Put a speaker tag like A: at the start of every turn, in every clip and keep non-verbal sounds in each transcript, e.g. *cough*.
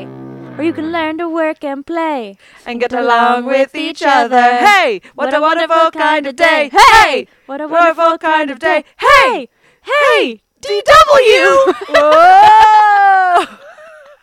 A: where you can learn to work and play
B: and get along with each other. Hey, what a wonderful kind of day. Hey,
A: what a
B: wonderful kind of day. Hey,
A: hey,
B: DW. Whoa.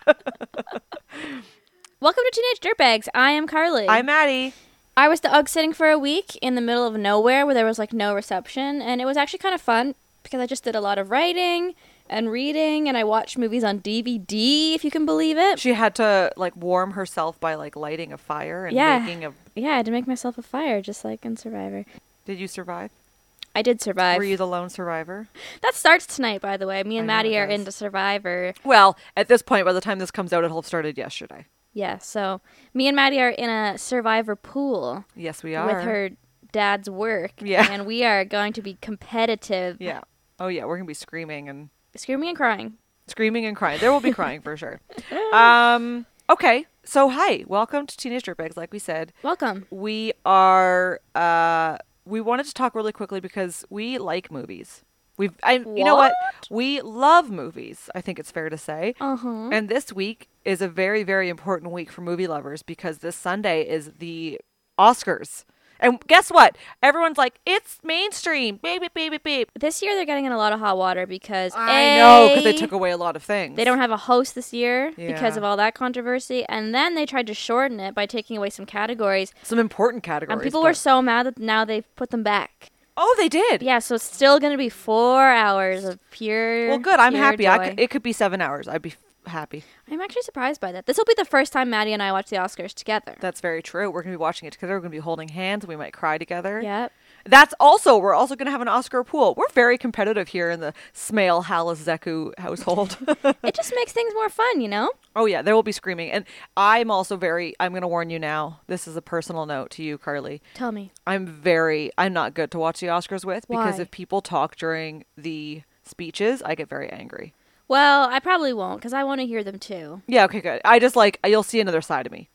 A: *laughs* Welcome to Teenage Dirtbags. I am Carly.
B: I'm Maddie.
A: I was the UGG sitting for a week in the middle of nowhere where there was like no reception, and it was actually kind of fun because I just did a lot of writing and reading, and I watched movies on DVD, if you can believe it.
B: She had to like warm herself by like lighting a fire and
A: Yeah.
B: making a.
A: Yeah, I had to make myself a fire, just like in Survivor.
B: Did you survive?
A: I did survive.
B: Were you the lone survivor?
A: that starts tonight, by the way. Me and
B: I know
A: Maddie
B: it
A: are
B: does.
A: into Survivor.
B: Well, at this point, by the time this comes out, it'll have started yesterday.
A: Yeah, so me and Maddie are in a Survivor pool.
B: Yes, we are.
A: with her dad's work.
B: Yeah.
A: And we are going to be competitive.
B: Yeah. Oh yeah, we're gonna be screaming and
A: Screaming and crying.
B: screaming and crying. There will
A: *laughs*
B: be crying for sure. Um. Okay. So hi, welcome to Teenage Dirtbags. Like we said,
A: Welcome.
B: we are. Uh, we wanted to talk really quickly because we like movies. We've. I. You know what? We love movies. I think it's fair to say.
A: Uh huh.
B: And this week is a very, very important week for movie lovers because this Sunday is the Oscars. And guess what? Everyone's like, it's mainstream. Beep, beep, beep, beep, beep.
A: This year they're getting in a lot of hot water because
B: I know, because
A: A,
B: they took away a lot of things.
A: They don't have a host this year because
B: Yeah.
A: of all that controversy, and then they tried to shorten it by taking away some categories,
B: Some important categories.
A: and people
B: but-
A: were so mad that now they've put them back.
B: Oh, they did.
A: Yeah, so it's still going to be four hours of pure.
B: Well, good. I'm
A: pure
B: happy. I
A: joy.
B: c- it could be seven hours. I'd be f- happy.
A: I'm actually surprised by that. This will be the first time Maddie and I watch the Oscars together.
B: That's very true. We're going to be watching it together. We're going to be holding hands. We might cry together.
A: yep.
B: That's also, we're also going to have an Oscar pool. We're very competitive here in the Smail Hallis Zeku household. *laughs*
A: it just makes things more fun, you know?
B: Oh yeah, there will be screaming, and I'm also very. I'm going to warn you now. This is a personal note to you, Carly.
A: Tell me.
B: I'm very. I'm not good to watch the Oscars with because
A: Why?
B: if people talk during the speeches, I get very angry.
A: Well, I probably won't because I want to hear them too.
B: Yeah, okay, good. I just like you'll see another side of me.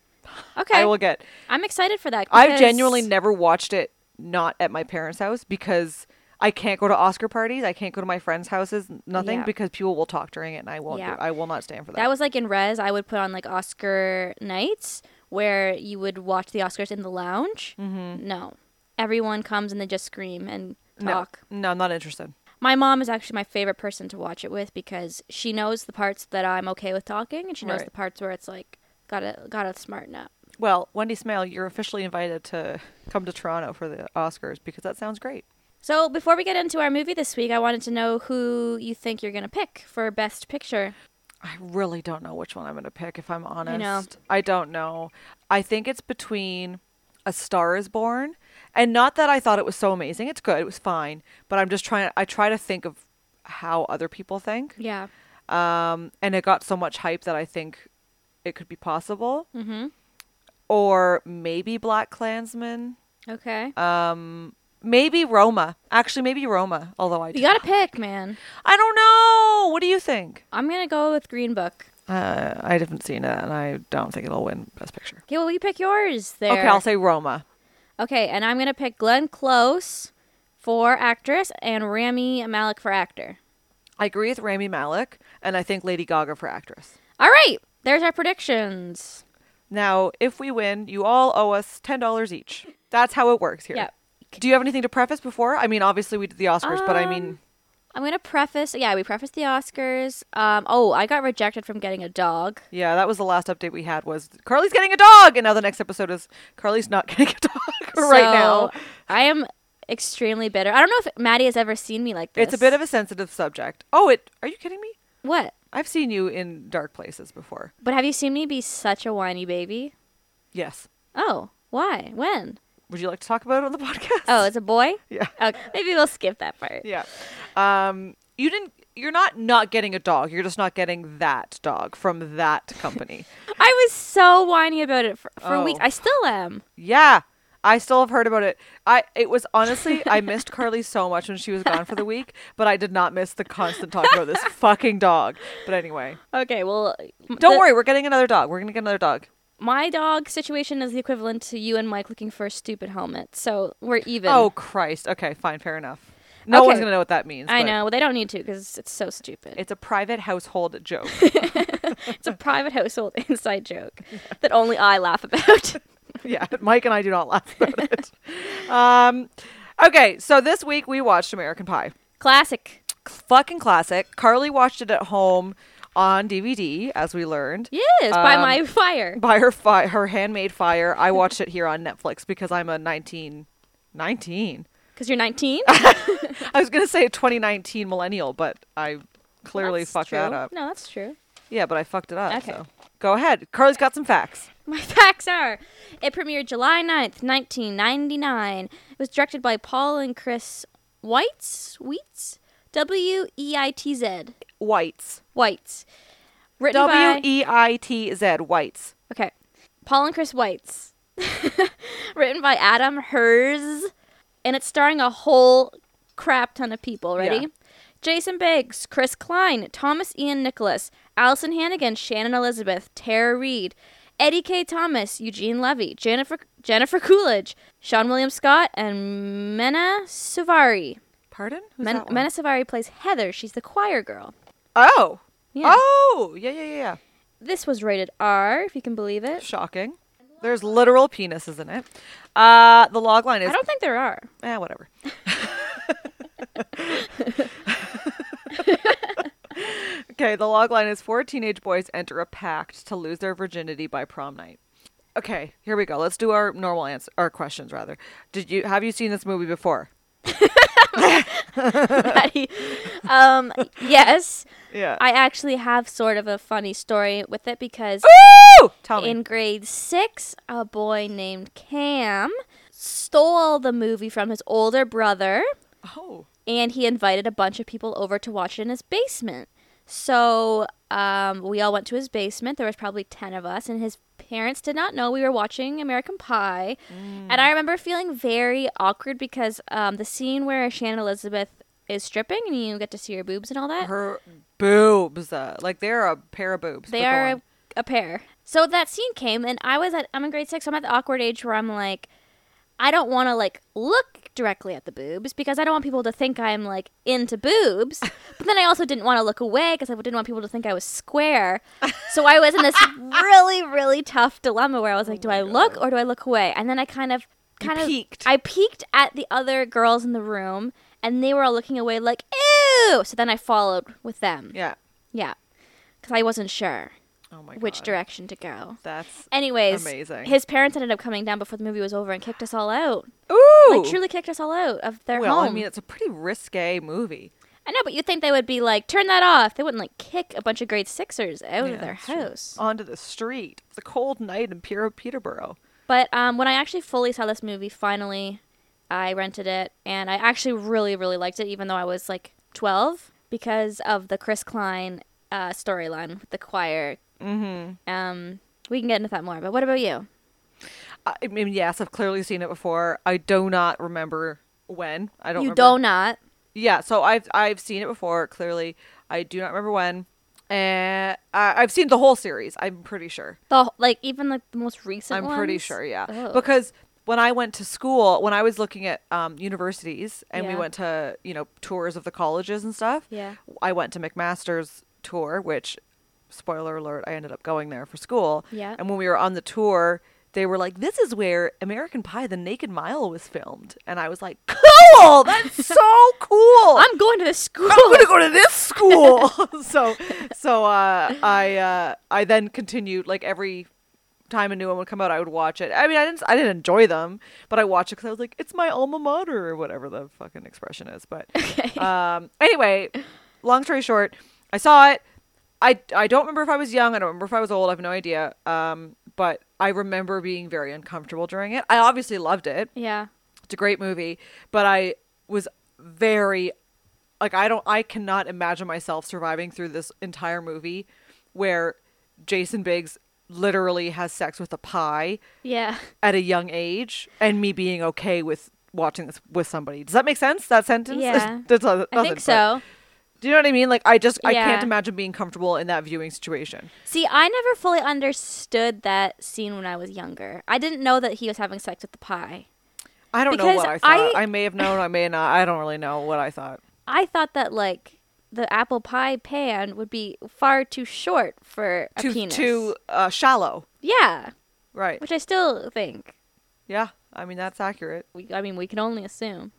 A: Okay.
B: I will get.
A: I'm excited for that.
B: I've
A: because-
B: genuinely never watched it not at my parents' house because I can't go to Oscar parties. I can't go to my friends' houses. Nothing
A: Yeah.
B: because people will talk during it, and I won't.
A: Yeah.
B: Do, I will not stand for that.
A: That was like in Res, I would put on like Oscar nights where you would watch the Oscars in the lounge. Mm-hmm. No. Everyone comes and they just scream and talk.
B: no, no, I'm not interested.
A: My mom is actually my favorite person to watch it with because she knows the parts that I'm okay with talking and she knows
B: Right.
A: the parts where it's like, gotta, gotta smarten up.
B: Well, Wendy Smale, you're officially invited to come to Toronto for the Oscars because that sounds great.
A: So before we get into our movie this week, I wanted to know who you think you're gonna pick for Best Picture.
B: I really don't know which one I'm going to pick, if I'm honest.
A: know.
B: I don't know. I think it's between A Star is Born, and not that I thought it was so amazing. It's good, it was fine, but I'm just trying, I try to think of how other people think.
A: Yeah.
B: Um, and it got so much hype that I think it could be possible.
A: Mm-hmm.
B: Or maybe Black Klansman.
A: Okay.
B: Um, maybe Roma. Actually, maybe Roma, although I
A: you gotta pick, man.
B: I don't know. What do you think?
A: I'm gonna go with Green Book.
B: Uh, I haven't seen it, and I don't think it'll win Best Picture.
A: Okay, well you pick yours there.
B: Okay, I'll say Roma.
A: Okay, and I'm gonna pick Glenn Close for actress and Rami Malik for actor.
B: I agree with Rami Malek, and I think Lady Gaga for actress.
A: All right, there's our predictions.
B: Now, if we win, you all owe us ten dollars each. That's how it works here.
A: Yeah.
B: Do you have anything to preface before? I mean, obviously we did the Oscars, but I mean,
A: Um, I'm gonna preface. Yeah, we prefaced the Oscars. Um, oh, I got rejected from getting a dog.
B: yeah, that was the last update we had was Carly's getting a dog, and now the next episode is Carly's not *laughs* getting a dog *laughs* right now.
A: So, I am extremely bitter. I don't know if Maddie has ever seen me like this.
B: It's a bit of a sensitive subject. Oh, it? Are you kidding me?
A: what?
B: I've seen you in dark places before.
A: But have you seen me be such a whiny baby?
B: Yes.
A: Oh, why? When?
B: Would you like to talk about it on the *laughs* podcast?
A: Oh, it's a boy?
B: yeah,
A: Okay, maybe we'll skip that part.
B: yeah. Um, you didn't. You're not not getting a dog. You're just not getting that dog from that
A: *laughs*
B: company.
A: I was so whiny about it for, for
B: Oh.
A: weeks. I still am.
B: yeah, I still have heard about it. I it was honestly
A: *laughs*
B: I missed Carly so much when she was gone for the week, but I did not miss the constant talk about this fucking dog. But anyway,
A: Okay, well,
B: don't
A: the-
B: worry. We're getting another dog. We're gonna get another dog.
A: My dog situation is the equivalent to you and Mike looking for a stupid helmet, so we're even.
B: Oh Christ. Okay, fine, fair enough. No one's
A: Okay.
B: gonna know what that means.
A: I
B: but
A: know. Well, they don't need to because it's so stupid.
B: It's a private household
A: *laughs*
B: joke.
A: It's a private household *laughs* inside joke that only I laugh *laughs* about.
B: yeah, Mike and I do not laugh about it. Um, okay, so this week we watched American Pie.
A: Classic.
B: Fucking classic. Carly watched it at home on DVD, as we learned.
A: Yes, by
B: Um,
A: my *laughs* fire.
B: By her fi- her handmade fire. I watched it here on Netflix because I'm a 19 19.
A: Because you're *laughs* 19.
B: I was going to say a 2019 millennial, but I clearly
A: That's
B: fucked that
A: true.
B: up.
A: No, that's true.
B: Yeah, but I fucked it up.
A: Okay.
B: So. Go ahead. Carly's got some facts.
A: *laughs* My facts are it premiered July 9th, 1999. It was directed by Paul and Chris Weitz. Weitz? W E I T Z.
B: Whites.
A: Weitz. Written
B: W
A: by.
B: E I T Z. Whites.
A: Okay. Paul and Chris Weitz. *laughs* Written by Adam Hers. And it's starring a whole crap ton of people. Ready?
B: Yeah.
A: Jason Biggs, Chris Klein, Thomas Ian Nicholas, Allison Hannigan, Shannon Elizabeth, Tara Reid, Eddie K. Thomas, Eugene Levy, Jennifer Jennifer Coolidge, Sean William Scott, and Mena Savari.
B: Pardon? Who's
A: Men-
B: that one?
A: Mena Savari plays Heather. She's the choir girl.
B: Oh.
A: Yeah.
B: Oh. Yeah, yeah, yeah,
A: This was rated R, if you can believe
B: yeah.
A: it.
B: Shocking. There's literal penises in it. Uh, the log line
A: I
B: is
A: don't think there are.
B: eh, whatever. *laughs* okay, the log line is four teenage boys enter a pact to lose their virginity by prom night. Okay, here we go. Let's do our normal answer, our questions rather. Did you have you seen this movie before?
A: Patty. um, yes,
B: Yeah.
A: I actually have sort of a funny story with it because
B: Woo! Tell me.
A: in grade six, a boy named Cam stole the movie from his older brother
B: oh.
A: and he invited a bunch of people over to watch it in his basement. So um, we all went to his basement. There was probably 10 of us, and his parents did not know we were watching American Pie. And I remember feeling very awkward because um, the scene where Shannon Elizabeth is stripping and you get to see her boobs and all that,
B: Her boobs. Uh, like they're a pair of boobs.
A: they
B: but go
A: are
B: on.
A: a, a pair. So that scene came, and I was at, I'm in grade six, so I'm at the awkward age where I'm like, I don't want to like look directly at the boobs because I don't want people to think I'm like
B: *laughs*
A: into boobs. But then I also didn't want to look away because I didn't want people to think I was square. So I was
B: *laughs*
A: in this really really tough dilemma where I was like, do I look or do I look away? And then I kind of
B: Oh You
A: kind of
B: peeked.
A: I peeked at the other girls in the room and they were all looking away like ew. So then I followed with them.
B: Yeah.
A: Yeah. Cuz I wasn't sure
B: Oh my god.
A: which direction to go.
B: That's
A: Anyways,
B: Amazing.
A: his parents ended up coming down before the movie was over and kicked us all out
B: ooh.
A: like truly kicked us all out of their
B: well,
A: home.
B: I mean, it's a pretty risque movie.
A: I know, but you'd think they would be like, turn that off. They wouldn't like kick a bunch of grade sixers out
B: Yeah,
A: of their
B: that's true.
A: house.
B: Onto the street. It's a cold night in Pier- Peterborough.
A: But um, when I actually fully saw this movie, finally, I rented it, and I actually really, really liked it, even though I was like 12, because of the Chris Klein uh, storyline with the choir. Mm-hmm. Um, we can get into that more, but what about you?
B: I I mean, yes, I've clearly seen it before. I do not remember when. I don't.
A: you
B: remember.
A: do not.
B: Yeah. So I've I've seen it before. Clearly, I do not remember when. And I, I've seen the whole series. I'm pretty sure.
A: The wh- like even like the most recent.
B: I'm pretty
A: ones?
B: sure, yeah.
A: Oh.
B: Because when I went to school, when I was looking at um, universities and we
A: Yeah.
B: went to, you know, tours of the colleges and stuff,
A: Yeah.
B: I went to McMaster's tour, which, spoiler alert, I ended up going there for school.
A: Yeah.
B: And when we were on the tour, they were like, this is where American Pie, The Naked Mile was filmed. And I was like, cool!
A: *laughs*
B: That's so cool!
A: I'm going to the school.
B: I'm *laughs* gonna go to this school. *laughs* so, so uh, I uh, I then continued like every time a new one would come out, I would watch it. I mean, I didn't I didn't enjoy them, but I watched it because I was like, it's my alma mater or whatever the fucking expression is. *laughs* But um, anyway, long story short, I saw it. I I don't remember if I was young. I don't remember if I was old. I have no idea. Um, but I remember being very uncomfortable during it. I obviously loved it.
A: yeah.
B: It's a great movie, but I was very like I don't I cannot imagine myself surviving through this entire movie where Jason Biggs literally has sex with a pie
A: Yeah.
B: at a young age and me being okay with watching this with somebody. Does that make sense? That sentence? *laughs*
A: Yeah.
B: That doesn't-
A: I
B: doesn't,
A: think
B: but-
A: so.
B: Do you know what I mean? Like I just I can't
A: Yeah.
B: imagine being comfortable in that viewing situation.
A: See, I never fully understood that scene when I was younger. I didn't know that he was having sex with the pie.
B: I don't know
A: Because
B: what I thought.
A: I-
B: I may have known, I may not. I don't really know what I thought.
A: I thought that like the apple pie pan would be far too short for a
B: too
A: penis.
B: too uh, shallow,
A: Yeah,
B: right?
A: which I still think.
B: Yeah, I mean that's accurate.
A: We, I mean, we can only assume.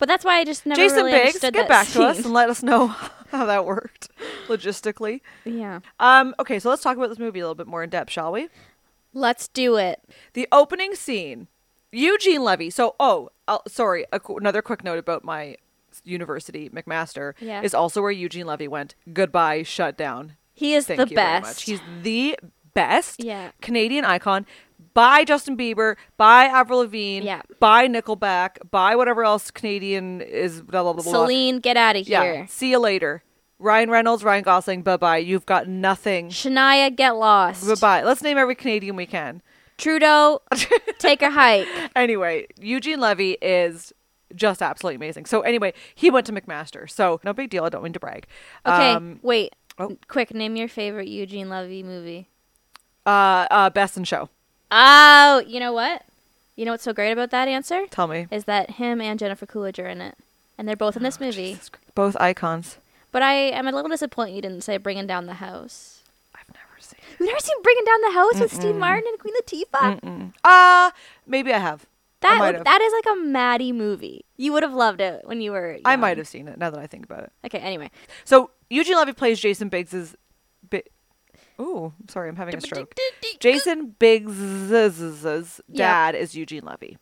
A: But that's why I just never
B: Jason
A: really
B: Biggs,
A: understood
B: get
A: that
B: back to us
A: scene. *laughs*
B: and let us know *laughs* how that worked logistically.
A: yeah,
B: Um, okay, so let's talk about this movie a little bit more in depth, shall we?
A: let's do it.
B: The opening scene, Eugene Levy. So, oh, uh, sorry, a, qu- another quick note about my university, McMaster,
A: Yeah.
B: is also where Eugene Levy went. Goodbye, shut down.
A: He is
B: Thank
A: the
B: you very much.
A: best.
B: He's the best
A: Yeah.
B: Canadian icon by Justin Bieber, by Avril Lavigne,
A: Yeah.
B: by Nickelback, by whatever else Canadian is blah blah blah blah.
A: Celine, get out of
B: uh, Yeah.
A: here.
B: See you later. Ryan Reynolds, Ryan Gosling, bye bye. You've got nothing.
A: Shania, get lost.
B: Bye bye. Let's name every Canadian we can. *laughs*
A: Trudeau, take a hike.
B: Anyway, Eugene Levy is just absolutely amazing. So anyway, he went to McMaster. So no big deal. I don't mean to brag.
A: Okay,
B: Um,
A: wait.
B: oh.
A: Quick, name your favorite Eugene Levy movie.
B: uh, uh, Best in Show.
A: Oh, you know what? You know what's so great about that answer?
B: Tell me.
A: Is that him and Jennifer Coolidge are in it. And they're both in this movie.
B: Oh, Jesus Christ. Both icons.
A: But I am a little disappointed you didn't say Bringing Down the House.
B: I've never seen.
A: You've never seen Bringing Down the House with Steve Martin and Queen Latifah?
B: Uh maybe I have. I
A: That
B: might
A: would-
B: have.
A: that is like a Maddie movie. You would have loved it when you were.
B: I
A: young.
B: might have seen it now that I think about it.
A: Okay, anyway.
B: So Eugene Levy plays Jason Biggs's. Bi- Ooh, sorry, I'm having a stroke. Jason Biggs's dad is Eugene Levy.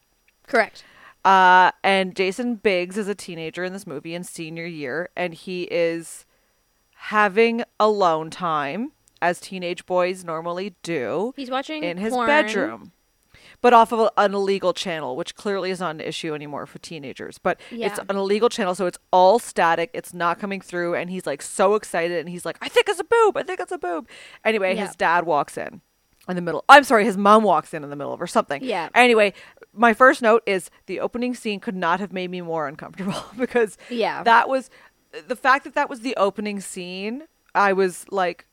A: Correct.
B: Uh, and Jason Biggs is a teenager in this movie in senior year, and he is having alone time as teenage boys normally do
A: He's watching
B: in his
A: porn.
B: bedroom, but off of an illegal channel, which clearly is not an issue anymore for teenagers. But it's
A: Yeah.
B: an illegal channel, so it's all static. It's not coming through, and he's like so excited, and he's like, "I think it's a boob. I think it's a boob." Anyway,
A: Yeah.
B: his dad walks in in the middle. I'm sorry, his mom walks in in the middle of or something.
A: Yeah.
B: Anyway, my first note is the opening scene could not have made me more uncomfortable *laughs* because
A: Yeah.
B: that was the fact that that was the opening scene. I was like,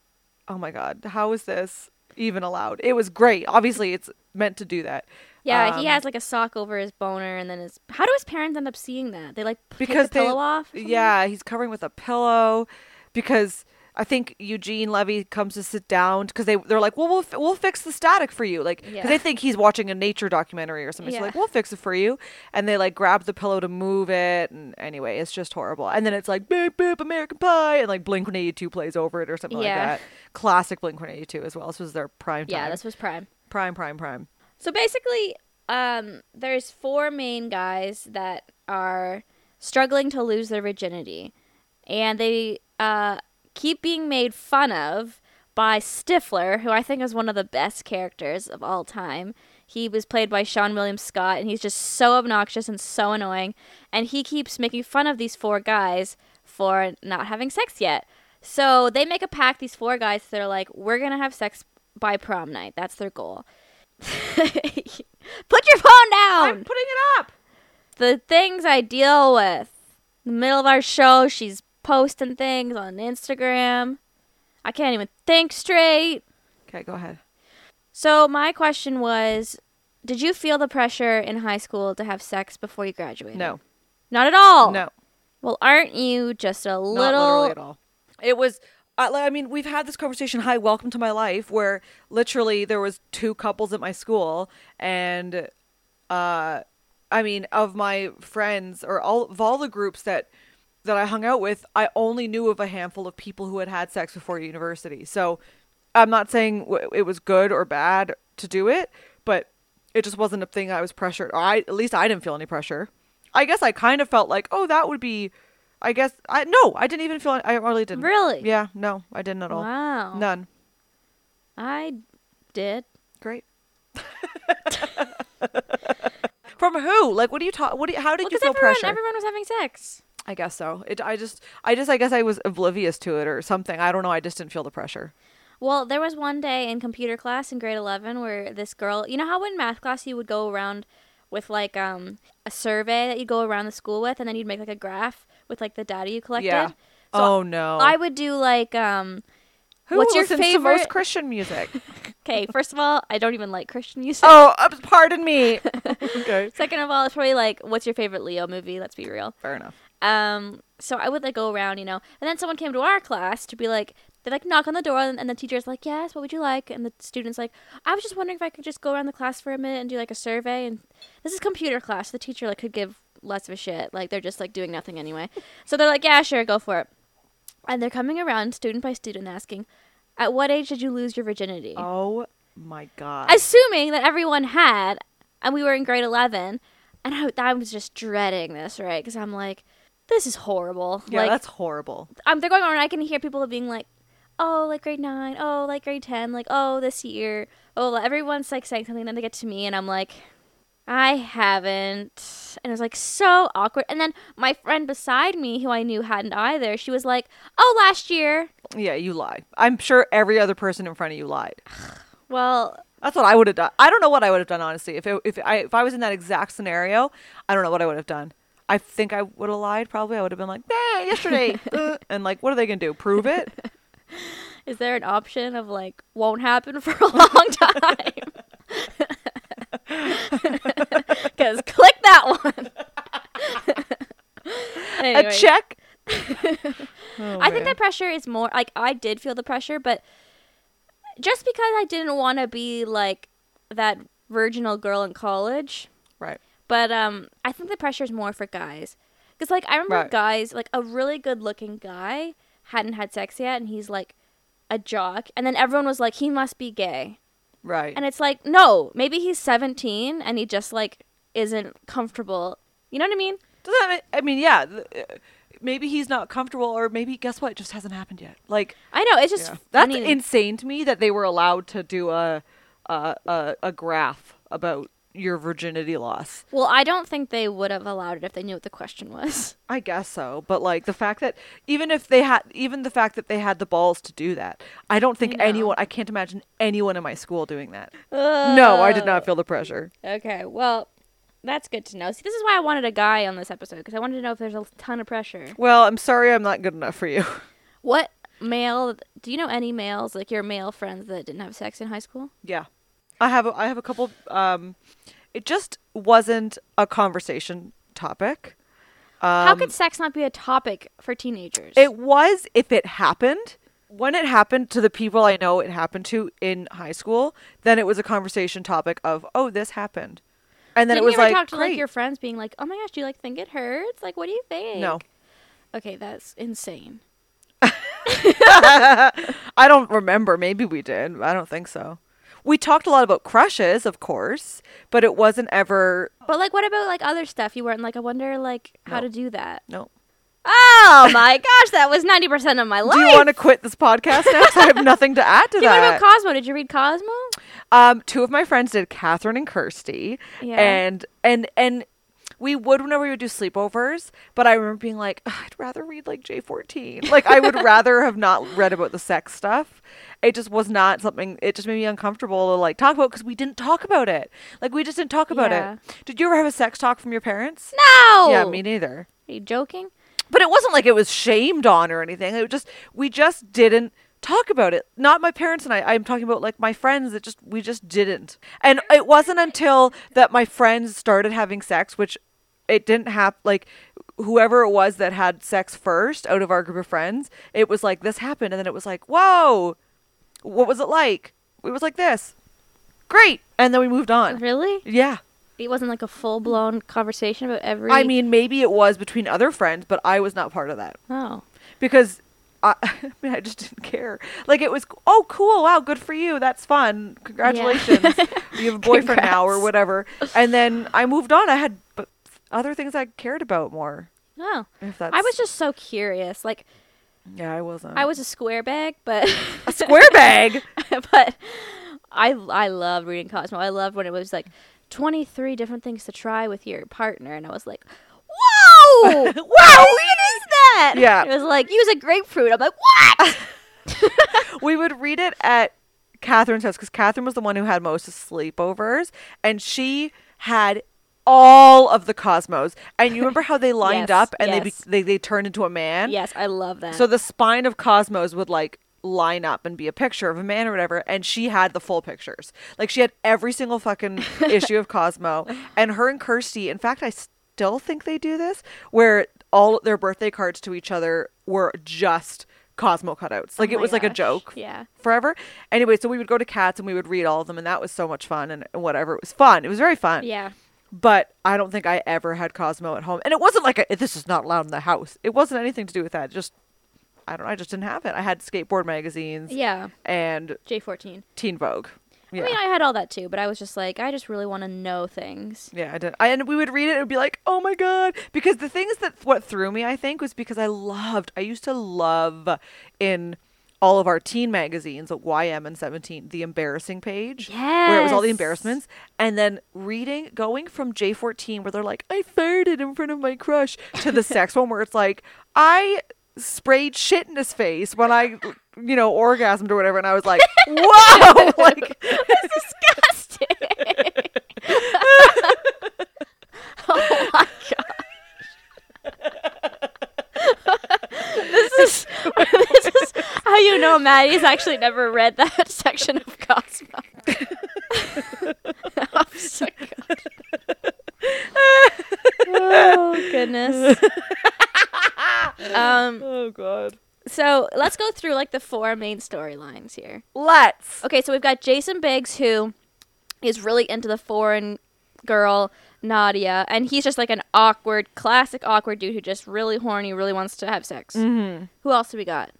B: oh my god, how is this even allowed? It was great. Obviously, it's meant to do that.
A: Yeah,
B: Um,
A: he has like a sock over his boner, and then his. How do his parents end up seeing that? They like p- take
B: because
A: the pillow off. or something?
B: Yeah, he's covering with a pillow because I think Eugene Levy comes to sit down because they they're like, well, we'll fi- we'll fix the static for you, like because
A: Yeah.
B: they think he's watching a nature documentary or something. So
A: Yeah.
B: like, we'll fix it for you, and they like grab the pillow to move it, and anyway, it's just horrible. And then it's like, boop boop, American Pie, and like Blink One Eighty Two plays over it or something
A: Yeah.
B: like that. Classic Blink One Eighty Two as well. This was their prime time.
A: Yeah, this was prime.
B: prime prime prime.
A: So basically, um, there's four main guys that are struggling to lose their virginity, and they uh, keep being made fun of by Stifler, who I think is one of the best characters of all time. He was played by Sean William Scott, and he's just so obnoxious and so annoying. And he keeps making fun of these four guys for not having sex yet. So they make a pact, these four guys, they're like, we're going to have sex by prom night. That's their goal. *laughs* Put your phone
B: I'm
A: down.
B: putting it up.
A: The things I deal with. In the middle of our show, she's posting things on Instagram. I can't even think straight.
B: Okay, go ahead.
A: So my question was, did you feel the pressure in high school to have sex before you graduated?
B: No,
A: Not at all.
B: no.
A: Well, aren't you just a
B: Not
A: little
B: literally at all. It was. I, like, I mean, we've had this conversation. Hi, welcome to my life, where literally there was two couples at my school, and uh, I mean, of my friends or all of all the groups that that I hung out with, I only knew of a handful of people who had had sex before university. So I'm not saying w- it was good or bad to do it, but it just wasn't a thing I was pressured. Or I at least I didn't feel any pressure. I guess I kind of felt like, oh, that would be. I guess I no, I didn't even feel. I really didn't.
A: Really?
B: Yeah, no, I didn't at all.
A: Wow.
B: None.
A: I did.
B: Great. *laughs* From who? Like, what do you talk? What do you, How did
A: Well,
B: you
A: 'cause
B: feel
A: everyone,
B: pressure?
A: everyone was having sex.
B: I guess so. It. I just. I just. I guess I was oblivious to it or something. I don't know. I just didn't feel the pressure.
A: Well, there was one day in computer class in grade 11 where this girl, you know how in math class you would go around with like um a survey that you go around the school with and then you'd make
B: Oh.
A: like a graph with like the data you collected.
B: Yeah.
A: So
B: oh no.
A: I would do like um
B: Who
A: What's your
B: listens to
A: favorite-
B: most Christian music?
A: Okay, first of all, I don't even like Christian music.
B: oh, uh, pardon me. okay.
A: Second of all, it's probably like, what's your favorite Leo movie? Let's be real.
B: Fair enough.
A: Um, so I would like go around, you know, and then someone came to our class to be like, they like knock on the door, and, and the teacher's like, "Yes, what would you like?" And the student's like, "I was just wondering if I could just go around the class for a minute and do like a survey." And this is computer class, so the teacher like could give less of a shit. Like they're just like doing nothing anyway. So they're like, "Yeah, sure, go for it." And they're coming around, student by student, asking, "At what age did you lose your virginity?"
B: Oh my god.
A: assuming that everyone had, and we were in grade 11, and I, I was just dreading this, right? Because I'm like, this is horrible.
B: yeah,
A: like,
B: that's horrible.
A: um, they're going on, and I can hear people being like, oh, like grade 9, oh, like grade 10, like, oh, this year. Oh, like, everyone's like saying something, then they get to me, and I'm like, I haven't. And it was like so awkward. And then my friend beside me, who I knew hadn't either, she was like, oh, last year.
B: Yeah, you lie. I'm sure every other person in front of you lied.
A: Well,
B: That's what I would have done. I don't know what I would have done honestly. If it, if I if I was in that exact scenario, I don't know what I would have done. I think I would have lied. Probably I would have been like, "Nah,
A: *laughs*
B: yesterday," uh," and like, what are they gonna do? Prove it?
A: Is there an option of like won't happen for a *laughs* long time? *laughs* Because click that one. *laughs* anyway,
B: A
A: *laughs*
B: check. Oh,
A: I think that pressure is more like I did feel the pressure, but just because I didn't want to be like that virginal girl in college,
B: right.
A: but um, I think the pressure is more for guys. Because, like, I remember
B: Right.
A: guys, like, a really good looking guy hadn't had sex yet, and he's like a jock. And then everyone was like, he must be gay.
B: Right.
A: And it's like, no, maybe he's 17 and he just, like, isn't comfortable. You know what I mean?
B: Does that? ma- I mean, yeah. th- uh, Maybe he's not comfortable, or maybe guess what? It just hasn't happened yet. Like
A: I know. It's just
B: yeah. that's
A: funny. to-
B: insane to me that they were allowed to do a a a, a graph about your virginity loss.
A: well, I don't think they would have allowed it if they knew what the question was.
B: I guess so, but like the fact that even if they had, even the fact that they had the balls to do that, I don't think
A: know.
B: anyone. I can't imagine anyone in my school doing that. *laughs* No, I did not feel the pressure.
A: Okay, well, that's good to know. See, this is why I wanted a guy on this episode, because I wanted to know if there's a ton of pressure.
B: Well, I'm sorry, I'm not good enough for you. *laughs*
A: What male? Do you know any males like your male friends that didn't have sex in high school?
B: yeah, I have. A, I have a couple. Um, it just wasn't a conversation topic.
A: How could sex not be a topic for teenagers?
B: Um, It was if it happened. When it happened to the people I know it happened to in high school, then it was a conversation topic of, oh, this happened. And then
A: didn't
B: it was
A: you ever
B: like,
A: talk to
B: great.
A: like your friends being like, "Oh my gosh, do you like think it hurts? Like, what do you think?"
B: no,
A: Okay, that's insane.
B: I don't remember. Maybe we did. I don't think so. We talked a lot about crushes, of course, but it wasn't ever.
A: But like, what about like other stuff? You weren't like, I wonder like how
B: No.
A: to do that.
B: No.
A: Oh *laughs* my gosh, that was ninety percent of my life.
B: Do you want to quit this podcast now? 'Cause I have nothing to
A: *laughs*
B: add to
A: Dude, what
B: that.
A: about Cosmo? Did you read Cosmo?
B: um, two of my friends did Catherine and Kirsty,
A: Yeah.
B: and and and we would whenever we would do sleepovers. But I remember being like, "Ugh, I'd rather read like J fourteen. Like I would rather have not read about the sex stuff. It just was not something. It just made me uncomfortable to like talk about because we didn't talk about it. Like we just didn't talk about
A: Yeah.
B: it. Did you ever have a sex talk from your parents?
A: No.
B: Yeah, me neither.
A: Are you joking?
B: But it wasn't like it was shamed on or anything. It was just we just didn't talk about it. Not my parents and I. I'm talking about like my friends that just we just didn't. And it wasn't until that my friends started having sex, which it didn't happen like whoever it was that had sex first out of our group of friends, it was like this happened and then it was like, "Whoa. What was it like?" It was like this. Great. And then we moved on.
A: Really?
B: Yeah.
A: It wasn't like a full blown conversation about every.
B: I mean, maybe it was between other friends, but I was not part of that.
A: oh.
B: because I, *laughs* I mean, I just didn't care. Like it was, oh, cool, wow, good for you, that's fun, congratulations, *laughs* you have a boyfriend now or
A: Congrats.
B: whatever. And then I moved on. I had b- other things I cared about more.
A: Oh.
B: If that's,
A: I was just so curious. Like
B: yeah, I wasn't.
A: I was a square bag, but
B: *laughs* a square bag.
A: *laughs* but I I loved reading Cosmo. I loved when it was like 23 different things to try with your partner and I was like,
B: *laughs*
A: "Whoa! what
B: wow,
A: is that?"
B: Yeah.
A: It was like, "Use a grapefruit." I'm like,
B: *laughs*
A: "What?" *laughs*
B: we would read it at Catherine's house because Catherine was the one who had most of sleepovers, and she had all of the cosmos. And you remember how they lined
A: Yes,
B: up and they, be-
A: yes.
B: they they turned into a man.
A: yes, I love that.
B: So the spine of Cosmos would like line up and be a picture of a man or whatever. And she had the full pictures. Like she had every single
A: *laughs*
B: fucking issue of Cosmo. And her and Kirsty, in fact, I still think they do this, where all their birthday cards to each other were just Cosmo cutouts. Like
A: Oh
B: it
A: my
B: was like a
A: gosh.
B: joke
A: Yeah.
B: forever. Anyway, so we would go to Cats and we would read all of them, and that was so much fun and, and whatever. It was fun. It was very fun.
A: Yeah.
B: But I don't think I ever had Cosmo at home, and it wasn't like a, this is not allowed in the house. It wasn't anything to do with that. It just I don't. know. I just didn't have it. I had skateboard magazines
A: Yeah.
B: and
A: J14.
B: Teen Vogue. Yeah.
A: I mean, I had all that too, but I was just like, I just really want to know things.
B: Yeah, I did. I, and we would read it and it'd be like, "Oh my god!" Because the things that what threw me, I think, was because I loved. I used to love in all of our teen magazines, like YM and Seventeen, the embarrassing page, where it was all the
A: Yes.
B: embarrassments, and then reading, going from J fourteen, where they're like, "I farted in front of my crush," to *laughs* the sex one, where it's like, "I." sprayed shit in his face when I, you know, orgasmed or whatever, and I was *laughs* like, "Whoa!" *laughs* like,
A: oh my gosh. *laughs* this is this is how you know Maddie's actually never read that *laughs* section of Cosmo. *laughs* oh, so good. oh *laughs* goodness. Um
B: oh god,
A: so let's go through like the four main storylines here.
B: let's.
A: Okay, so we've got Jason Biggs who is really into the foreign girl Nadia, and he's just like an awkward, classic awkward dude who just really horny, really wants to have sex. Mm-hmm. Who else do we got?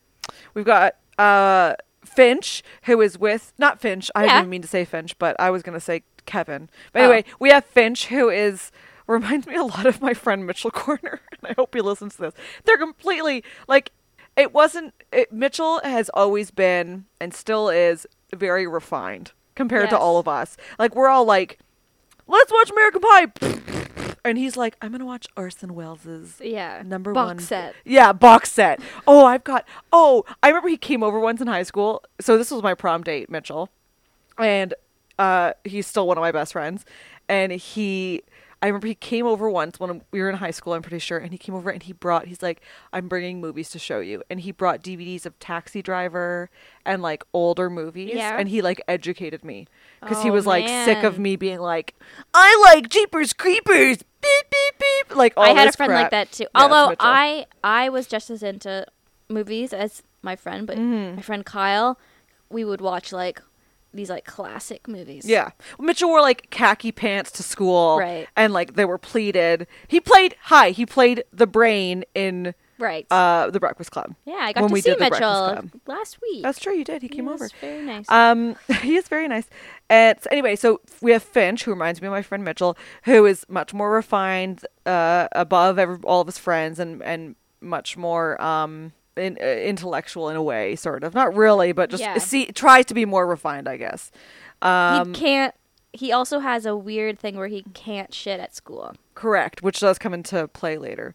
B: We've got uh, Finch, who is with not Finch. I
A: Yeah.
B: didn't even mean to say Finch, but I was gonna say Kevin. But
A: Oh.
B: anyway, we have Finch, who is reminds me a lot of my friend Mitchell Corner, *laughs* and I hope he listens to this. They're completely like it wasn't. It, Mitchell has always been and still is very refined compared to
A: Yes.
B: all of us. Like we're all like, let's watch American Pie. *laughs* And he's like, I'm gonna watch Orson Welles's
A: Yeah,
B: number
A: box
B: one
A: set.
B: yeah, box set. Oh, I've got. Oh, I remember he came over once in high school. So this was my prom date, Mitchell, and uh, he's still one of my best friends. And he, I remember he came over once when we were in high school. I'm pretty sure, and he came over and he brought. He's like, I'm bringing movies to show you, and he brought DVDs of Taxi Driver and like older movies.
A: Yeah.
B: And he like educated me because he
A: Oh,
B: was like sick of
A: man.
B: me being like, I like Jeepers Creepers. Beep beep beep. Like all
A: I had a
B: this
A: friend
B: crap.
A: like that too.
B: Yeah, it's
A: Although
B: Mitchell.
A: I I was just as into movies as my friend, but
B: Mm-hmm.
A: my friend Kyle, we would watch like these like classic movies.
B: Yeah. Mitchell wore like khaki pants to school.
A: Right.
B: And like they were pleated. He played hi, he played the brain in
A: right.
B: uh the Breakfast Club.
A: yeah, I got
B: when
A: to
B: we
A: see
B: did The Breakfast
A: Mitchell
B: Club.
A: last week.
B: That's true, you did. He came
A: He
B: over.
A: was Very nice.
B: Um *laughs* he is very nice. And so anyway, so we have Finch, who reminds me of my friend Mitchell, who is much more refined, uh above every, all of his friends and and much more um in, uh, intellectual in a way, sort of. Not really, but just
A: Yeah.
B: see tries to be more refined, I guess. Um
A: he can't. He also has a weird thing where he can't shit at school.
B: Correct, which does come into play later.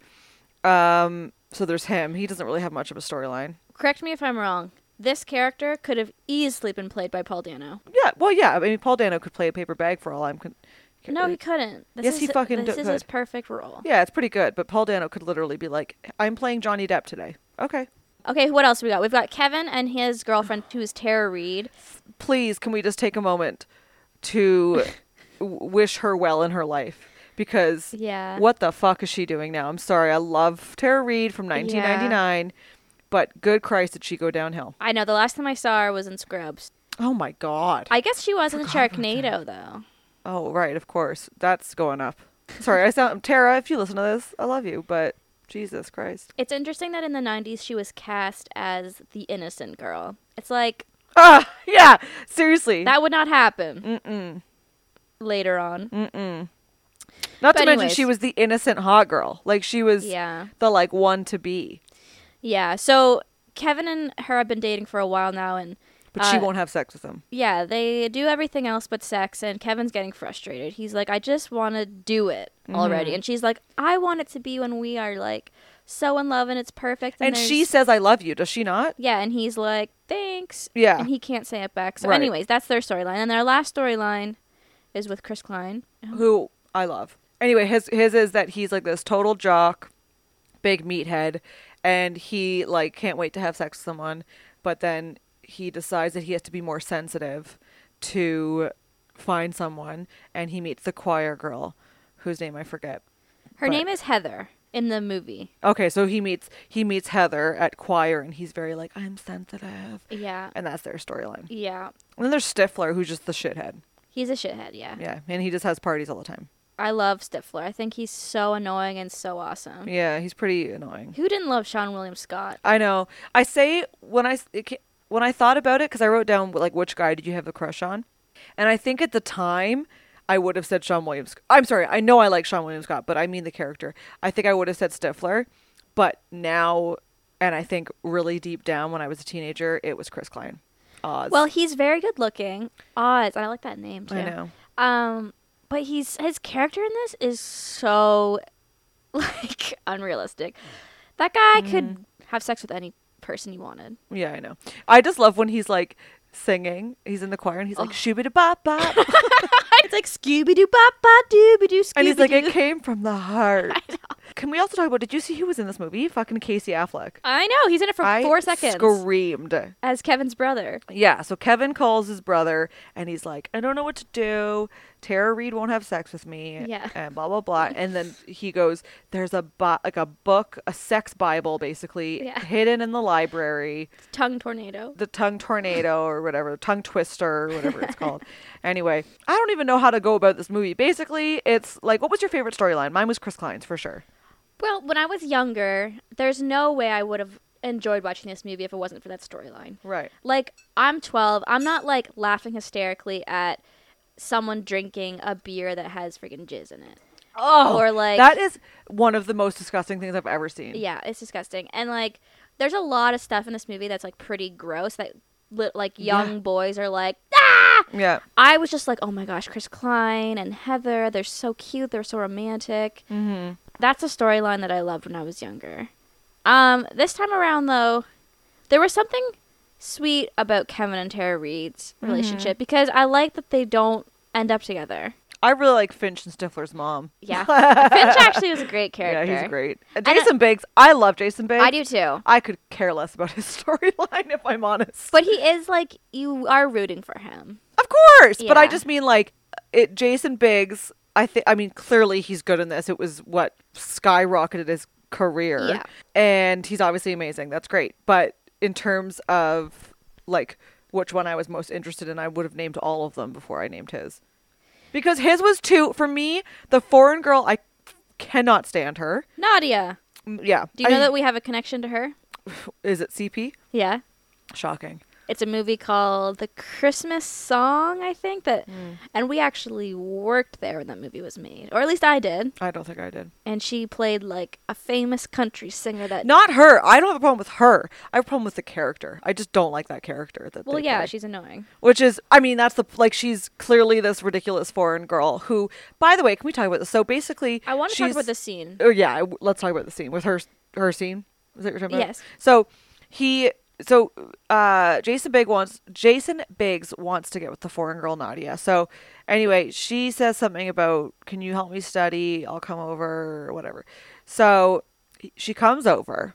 B: Um, so there's him. He doesn't really have much of a storyline.
A: Correct me if I'm wrong. This character could have easily been played by Paul Dano.
B: Yeah, well, yeah. I mean, Paul Dano could play a paper bag for all I'm. Con-
A: No, he couldn't. This
B: Yes,
A: is,
B: he fucking
A: This
B: d-
A: is
B: could.
A: his perfect role.
B: yeah, it's pretty good. But Paul Dano could literally be like, "I'm playing Johnny Depp today." Okay,
A: Okay, what else we got? We've got Kevin and his girlfriend, who is Tara Reed.
B: please, can we just take a moment to w- wish her well in her life? Because
A: Yeah.
B: what the fuck is she doing now? I'm sorry. I love Tara Reid from 1999, but good Christ, did she go downhill?
A: I know. The last time I saw her was in Scrubs.
B: Oh my God.
A: I guess she was in
B: Forgot about
A: Sharknado, though.
B: Oh, right, of course. That's going up. Sorry, I sound Tara, if you listen to this, I love you, but Jesus Christ.
A: It's interesting that in the '90s she was cast as the innocent girl. It's like
B: Ah, *laughs* yeah. Seriously.
A: that would not happen. Mm-mm. Later on,
B: Mm. Not to
A: but
B: mention she
A: anyways.
B: was the innocent hot girl. Like she was
A: yeah.
B: the like one to be.
A: Yeah. So Kevin and her have been dating for a while now, and
B: But she
A: Uh,
B: won't have sex with him.
A: yeah, they do everything else but sex. And Kevin's getting frustrated. He's like, I just want to do it
B: Mm-hmm.
A: already. And she's like, I want it to be when we are like so in love and it's perfect.
B: And she
A: there's-
B: says I love you, does she not?
A: yeah, and he's like, thanks.
B: Yeah.
A: And he can't say it back. So,
B: Right.
A: anyways, that's their storyline. And their last storyline is with Chris Klein.
B: Who I love. Anyway, his his is that he's like this total jock, big meathead, and he like can't wait to have sex with someone. but then he decides that he has to be more sensitive to find someone, and he meets the choir girl, whose name I forget.
A: Her
B: But-
A: name is Heather in the movie.
B: Okay, so he meets he meets Heather at choir, and he's very like I'm sensitive,
A: Yeah.
B: and that's their storyline.
A: Yeah.
B: And then there's Stifler, who's just the shithead.
A: He's a shithead, yeah.
B: Yeah, and he just has parties all the time.
A: I love Stifler. I think he's so annoying and so awesome.
B: Yeah, he's pretty annoying.
A: Who didn't love Sean William Scott?
B: I know. I say when I s- it ca- when I thought about it because I wrote down like which guy did you have the crush on, and I think at the time I would have said Sean Williams. I'm sorry. I know I like Sean Williams Scott, but I mean the character. I think I would have said Stifler, but now, and I think really deep down when I was a teenager, it was Chris Klein. Oz.
A: Well, he's very good looking. Oz. I like that name too.
B: I know.
A: Um, but he's his character in this is so *laughs* like unrealistic. That guy could have sex with any person he wanted.
B: Yeah, I know. I just love when he's like singing. He's in the choir and he's like shooby bop bop,
A: it's like Scooby Doo, Bop Bop, Dooby Doo, Scooby Doo.
B: and he's like
A: *laughs*
B: it came from the heart. Can we also talk about? Did you see who was in this movie? Fucking Casey Affleck.
A: I know he's in it for
B: I
A: four seconds
B: Screamed.
A: as Kevin's brother.
B: Yeah. So Kevin calls his brother and he's like, I don't know what to do. Tara Reed won't have sex with me.
A: Yeah.
B: And blah blah blah. And then he goes, There's a bi- like a book, a sex Bible basically
A: Yeah.
B: hidden in the library.
A: Tongue tornado.
B: The tongue tornado or whatever, tongue twister or whatever it's
A: *laughs*
B: called. Anyway, I don't even know how to go about this movie. Basically, it's like, what was your favorite storyline? Mine was Chris Klein's for sure.
A: Well, when I was younger, there's no way I would have enjoyed watching this movie if it wasn't for that storyline.
B: Right.
A: Like, I'm 12. I'm not like laughing hysterically at someone drinking a beer that has freaking jizz in it.
B: Oh,
A: Or, like-
B: that is one of the most disgusting things I've ever seen.
A: Yeah, it's disgusting. And like, there's a lot of stuff in this movie that's like pretty gross that li- like young
B: Yeah.
A: boys are like, ah!
B: Yeah.
A: I was just like, oh my gosh, Chris Klein and Heather, they're so cute, they're so romantic.
B: Mm-hmm.
A: That's a storyline that I loved when I was younger. Um, this time around though, there was something sweet about Kevin and Tara Reed's
B: Mm-hmm.
A: relationship because I like that they don't end up together.
B: I really like Finch and Stifler's mom. *laughs*
A: Yeah, Finch actually was a great character.
B: Yeah, he's great. Uh,
A: I-
B: Jason Biggs, I love Jason Biggs.
A: I do too.
B: I could care less about his *laughs* storyline if I'm honest.
A: But he is like you are rooting for him.
B: of course, but I
A: Yeah.
B: just mean like it. Jason Biggs, I think. I mean, clearly he's good in this. It was what skyrocketed his career.
A: Yeah.
B: and he's obviously amazing. That's great. But in terms of like which one I was most interested in, I would have named all of them before I named his, because his was two for me. The foreign girl, I cannot stand her.
A: Nadia,
B: Mm, Yeah.
A: do you know
B: I-
A: that we have a connection to her?
B: Is it CP?
A: Yeah.
B: Shocking.
A: It's a movie called The Christmas Song, I think that,
B: Mm.
A: and we actually worked there when that movie was made, or at least I did.
B: I don't think I did.
A: And she played like a famous country singer that.
B: Not her. I don't have a problem with her. I have a problem with the character. I just don't like that character. That
A: well,
B: they
A: yeah,
B: play.
A: she's annoying.
B: which is, I mean, that's the like she's clearly this ridiculous foreign girl who, by the way, can we talk about this? So basically,
A: I want to talk
B: she's-
A: about this scene.
B: Oh yeah, w- let's talk about the scene with her. Her scene. Is that what you're talking about?
A: Yes.
B: So he. So uh, Jason Big wants Jason Biggs wants to get with the foreign girl Nadia. So anyway, she says something about can you help me study? I'll come over or whatever. So he- she comes over,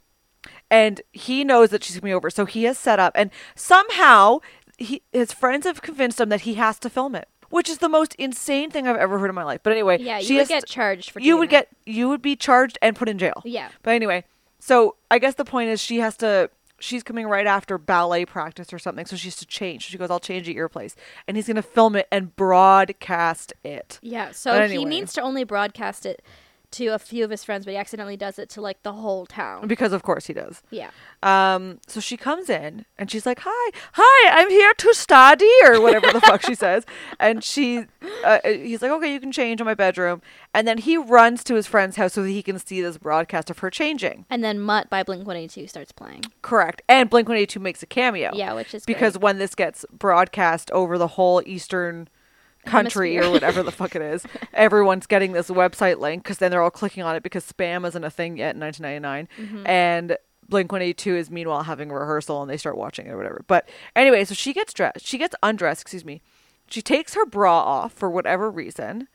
B: and he knows that she's coming over. So he has set up, and somehow he, his friends have convinced him that he has to film it, which is the most insane thing I've ever heard in my life. But anyway,
A: Yeah, you
B: she
A: would
B: has
A: get
B: to-
A: charged for.
B: you
A: doing
B: would
A: that.
B: get you would be charged and put in jail.
A: Yeah.
B: But anyway, so I guess the point is she has to she's coming right after ballet practice or something, so she has to change. She goes, I'll change at your place. And he's gonna film it and broadcast it.
A: Yeah, so
B: But
A: he
B: anyway.
A: means to only broadcast it to a few of his friends, but he accidentally does it to like the whole town.
B: Because of course he does.
A: Yeah.
B: Um, so she comes in and she's like, "Hi, hi, I'm here to study," or whatever the fuck
A: *laughs*
B: she says. And she, uh, he's like, "Okay, you can change in my bedroom." And then he runs to his friend's house so that he can see this broadcast of her changing.
A: And then Mutt by Blink 182 starts playing.
B: Correct. And Blink 182 makes a cameo.
A: Yeah, which is
B: because when this gets broadcast over the whole Eastern country or
A: Hemisphere.
B: whatever the fuck it
A: *laughs*
B: is, everyone's getting this website link because then they're all clicking on it because spam isn't a thing yet in 1999.
A: Mm-hmm.
B: And Blink 182 is meanwhile having a rehearsal and they start watching it or whatever. But anyway, so she gets dressed. She gets undressed, excuse me. She takes her bra off for whatever reason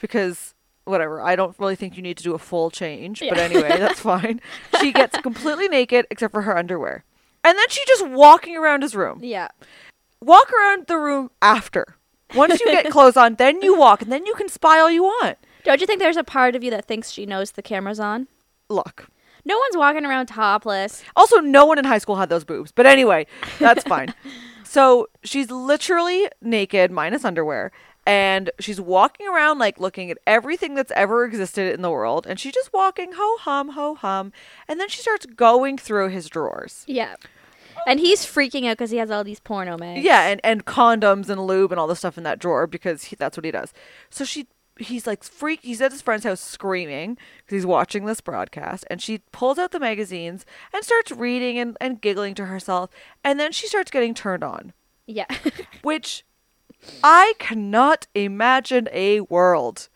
B: because whatever i don't really think you need to do a full change but
A: Yeah.
B: anyway that's fine she gets completely naked except for her underwear And then she's just walking around his room.
A: Yeah.
B: Walk around the room after. Once you get clothes on, then you walk, and then you can spy all you want.
A: Don't you think there's a part of you that thinks she knows the camera's on?
B: Look.
A: No one's walking around topless.
B: Also, no one in high school had those boobs. But anyway, that's fine. So she's literally naked, minus underwear, and she's walking around like looking at everything that's ever existed in the world. And she's just walking, ho hum, ho hum. And then she starts going through his drawers.
A: Yeah. And he's freaking out because he has all these porno mags.
B: Yeah, and, and condoms and lube and all the stuff in that drawer because he, that's what he does. So she, he's like freak. He's at his friend's house screaming because he's watching this broadcast, and she pulls out the magazines and starts reading and, and giggling to herself. And then she starts getting turned on,
A: Yeah. *laughs*
B: which I cannot imagine a
A: *laughs*
B: world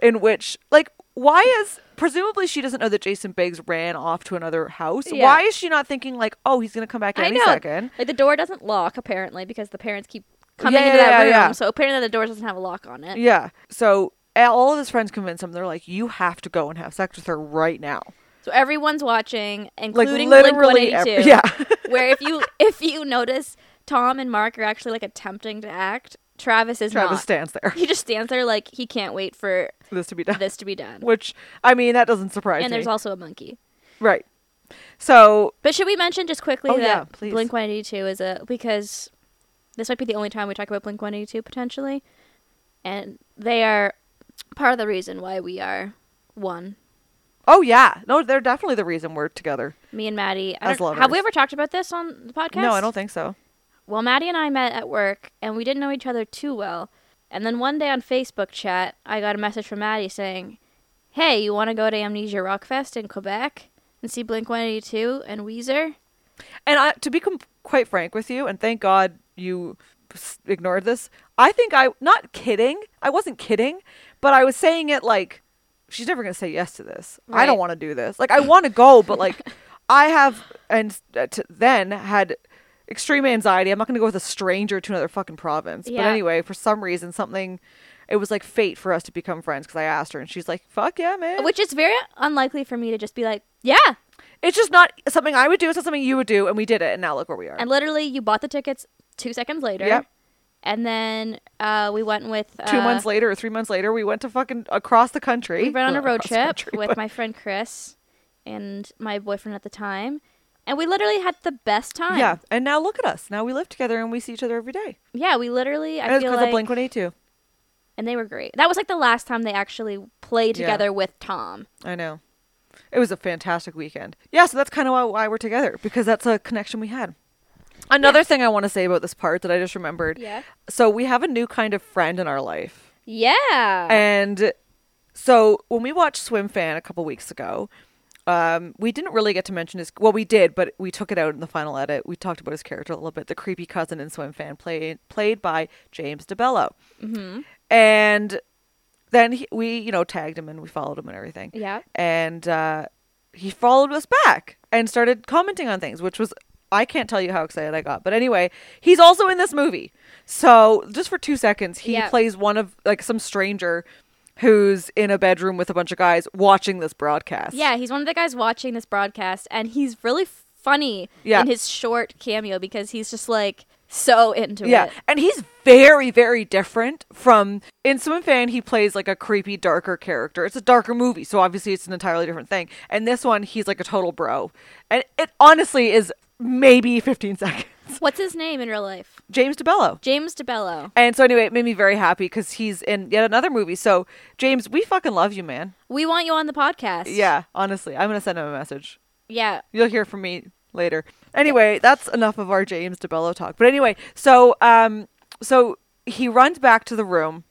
B: in which like why is presumably she doesn't know that Jason Biggs ran off to another house.
A: Yeah.
B: Why is she not thinking like, oh, he's gonna come back
A: I
B: any
A: know.
B: second?
A: Like the door doesn't lock apparently because the parents keep coming
B: Yeah,
A: into
B: yeah,
A: that
B: yeah,
A: room.
B: yeah.
A: So apparently the door doesn't have a lock on it.
B: Yeah. So all of his friends convince him. They're like, "You have to go and have sex with her right now."
A: So everyone's watching,
B: Like
A: including
B: literally,
A: Blink 182.
B: every- *laughs* yeah.
A: where if you if you notice Tom and Mark are actually like attempting to act, Travis
B: *laughs*
A: is
B: Travis
A: not.
B: stands there.
A: he just stands there like he can't wait for
B: for This to be done.
A: this to be done.
B: Which I mean, that doesn't surprise
A: and
B: me.
A: there's also a monkey.
B: right. So
A: But should we mention just quickly
B: Oh, yeah,
A: that
B: please.
A: Blink 182 is a because this might be the only time we talk about Blink 182 potentially, and they are part of the reason why we are one.
B: oh yeah, no, they're definitely the reason we're together.
A: Me and Maddie. I
B: As
A: don't- have
B: lovers.
A: we ever talked about this on the podcast?
B: No, I don't think so.
A: Well, Maddie and I met at work, and we didn't know each other too well. And then one day on Facebook chat, I got a message from Maddie saying, "Hey, you want to go to Amnesia Rockfest in Quebec and see Blink 182 and Weezer?"
B: And I, to be com- quite frank with you, and thank God you s- ignored this. I think I not kidding. I wasn't kidding, but I was saying it like she's never going to say yes to this. I
A: Right.
B: don't want to do this. Like I want to go, but like
A: *laughs*
B: I have and s- uh, t- then had extreme anxiety. I'm not going to go with a stranger to another fucking province.
A: Yeah.
B: But anyway, for some reason something it was like fate for us to become friends because I asked her and she's like, "Fuck yeah, man."
A: Which is very unlikely for me to just be like, "Yeah."
B: it's just not something I would do. It's not something you would do, and we did it, and now look where we are.
A: And literally, you bought the tickets two seconds later.
B: Yep.
A: And then uh, we went with
B: two
A: uh,
B: months later or three months later, we went to fucking across the country.
A: We went on a
B: Not
A: road
B: across the
A: trip
B: country, *laughs*
A: with
B: but-
A: my friend Chris and my boyfriend at the time, and we literally had the best time.
B: Yeah, and now look at us. Now we live together and we see each other every day.
A: Yeah, we literally. I
B: And it's
A: feel
B: because
A: like
B: of Blink One Eight Two.
A: and they were great. That was like the last time they actually played
B: Yeah.
A: together with Tom.
B: I know. It was a fantastic weekend. Yeah, so that's kind of why, why we're together because that's a connection we had. Another thing I want to say about this part that I just remembered.
A: Yeah.
B: So we have a new kind of friend in our life.
A: Yeah.
B: And so when we watched Swim Fan a couple weeks ago, um, we didn't really get to mention his. Well, we did, but we took it out in the final edit. We talked about his character a little bit, the creepy cousin in Swim Fan, played played by James DeBello. Mm-hmm. And then he, we, you know, tagged him and we followed him and everything.
A: Yeah.
B: And uh, he followed us back and started commenting on things, which was I can't tell you how excited I got. But anyway, he's also in this movie. So just for two seconds, he
A: Yeah.
B: plays one of like some stranger who's in a bedroom with a bunch of guys watching this broadcast.
A: yeah, he's one of the guys watching this broadcast, and he's really funny
B: Yeah.
A: in his short cameo because he's just like so into
B: Yeah,
A: it.
B: and he's very, very different from in Swim Fan. He plays like a creepy, darker character. It's a darker movie, so obviously it's an entirely different thing. And this one, he's like a total bro, and it honestly is maybe 15 *laughs* seconds.
A: What's his name in real life?
B: James DeBello.
A: James DeBello.
B: And so anyway, it made me very happy because he's in yet another movie. So James, we fucking love you, man.
A: We want you on the podcast.
B: Yeah, honestly, I'm gonna send him a message.
A: Yeah.
B: You'll hear from me later. Anyway, that's enough of our James DeBello talk. But anyway, so um, so he runs back to the room,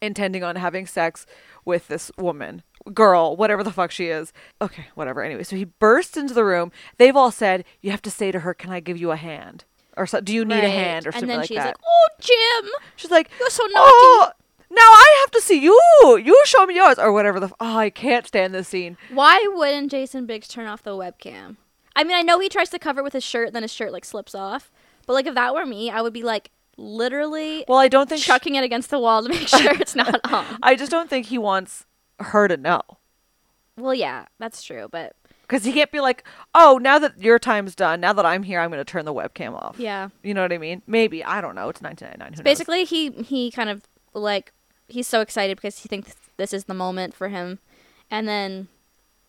B: intending on having sex with this woman, girl, whatever the fuck she is. Okay, whatever. Anyway, so he bursts into the room. They've all said, "You have to say to her, can I give you a hand?" Or so, do you need a
A: Right.
B: hand or
A: And
B: something
A: then
B: like
A: she's
B: that?
A: like, "Oh, Jim."
B: She's like,
A: You're so
B: Oh, now I have to see you. You show me yours, or whatever the. F- oh, I can't stand this scene.
A: Why wouldn't Jason Biggs turn off the webcam? I mean, I know he tries to cover it with his shirt, and then his shirt like slips off. But like, if that were me, I would be like literally
B: Well, I don't think.
A: chucking it against the wall to make *laughs* sure it's not on.
B: *laughs* I just don't think he wants her to know
A: Well, yeah, that's true, but
B: because he can't be like, oh, now that your time's done, now that I'm here, I'm going to turn the webcam off.
A: Yeah.
B: You know what I mean? Maybe I don't know. It's 1999. Who knows?
A: Basically, he he kind of like he's so excited because he thinks this is the moment for him, and then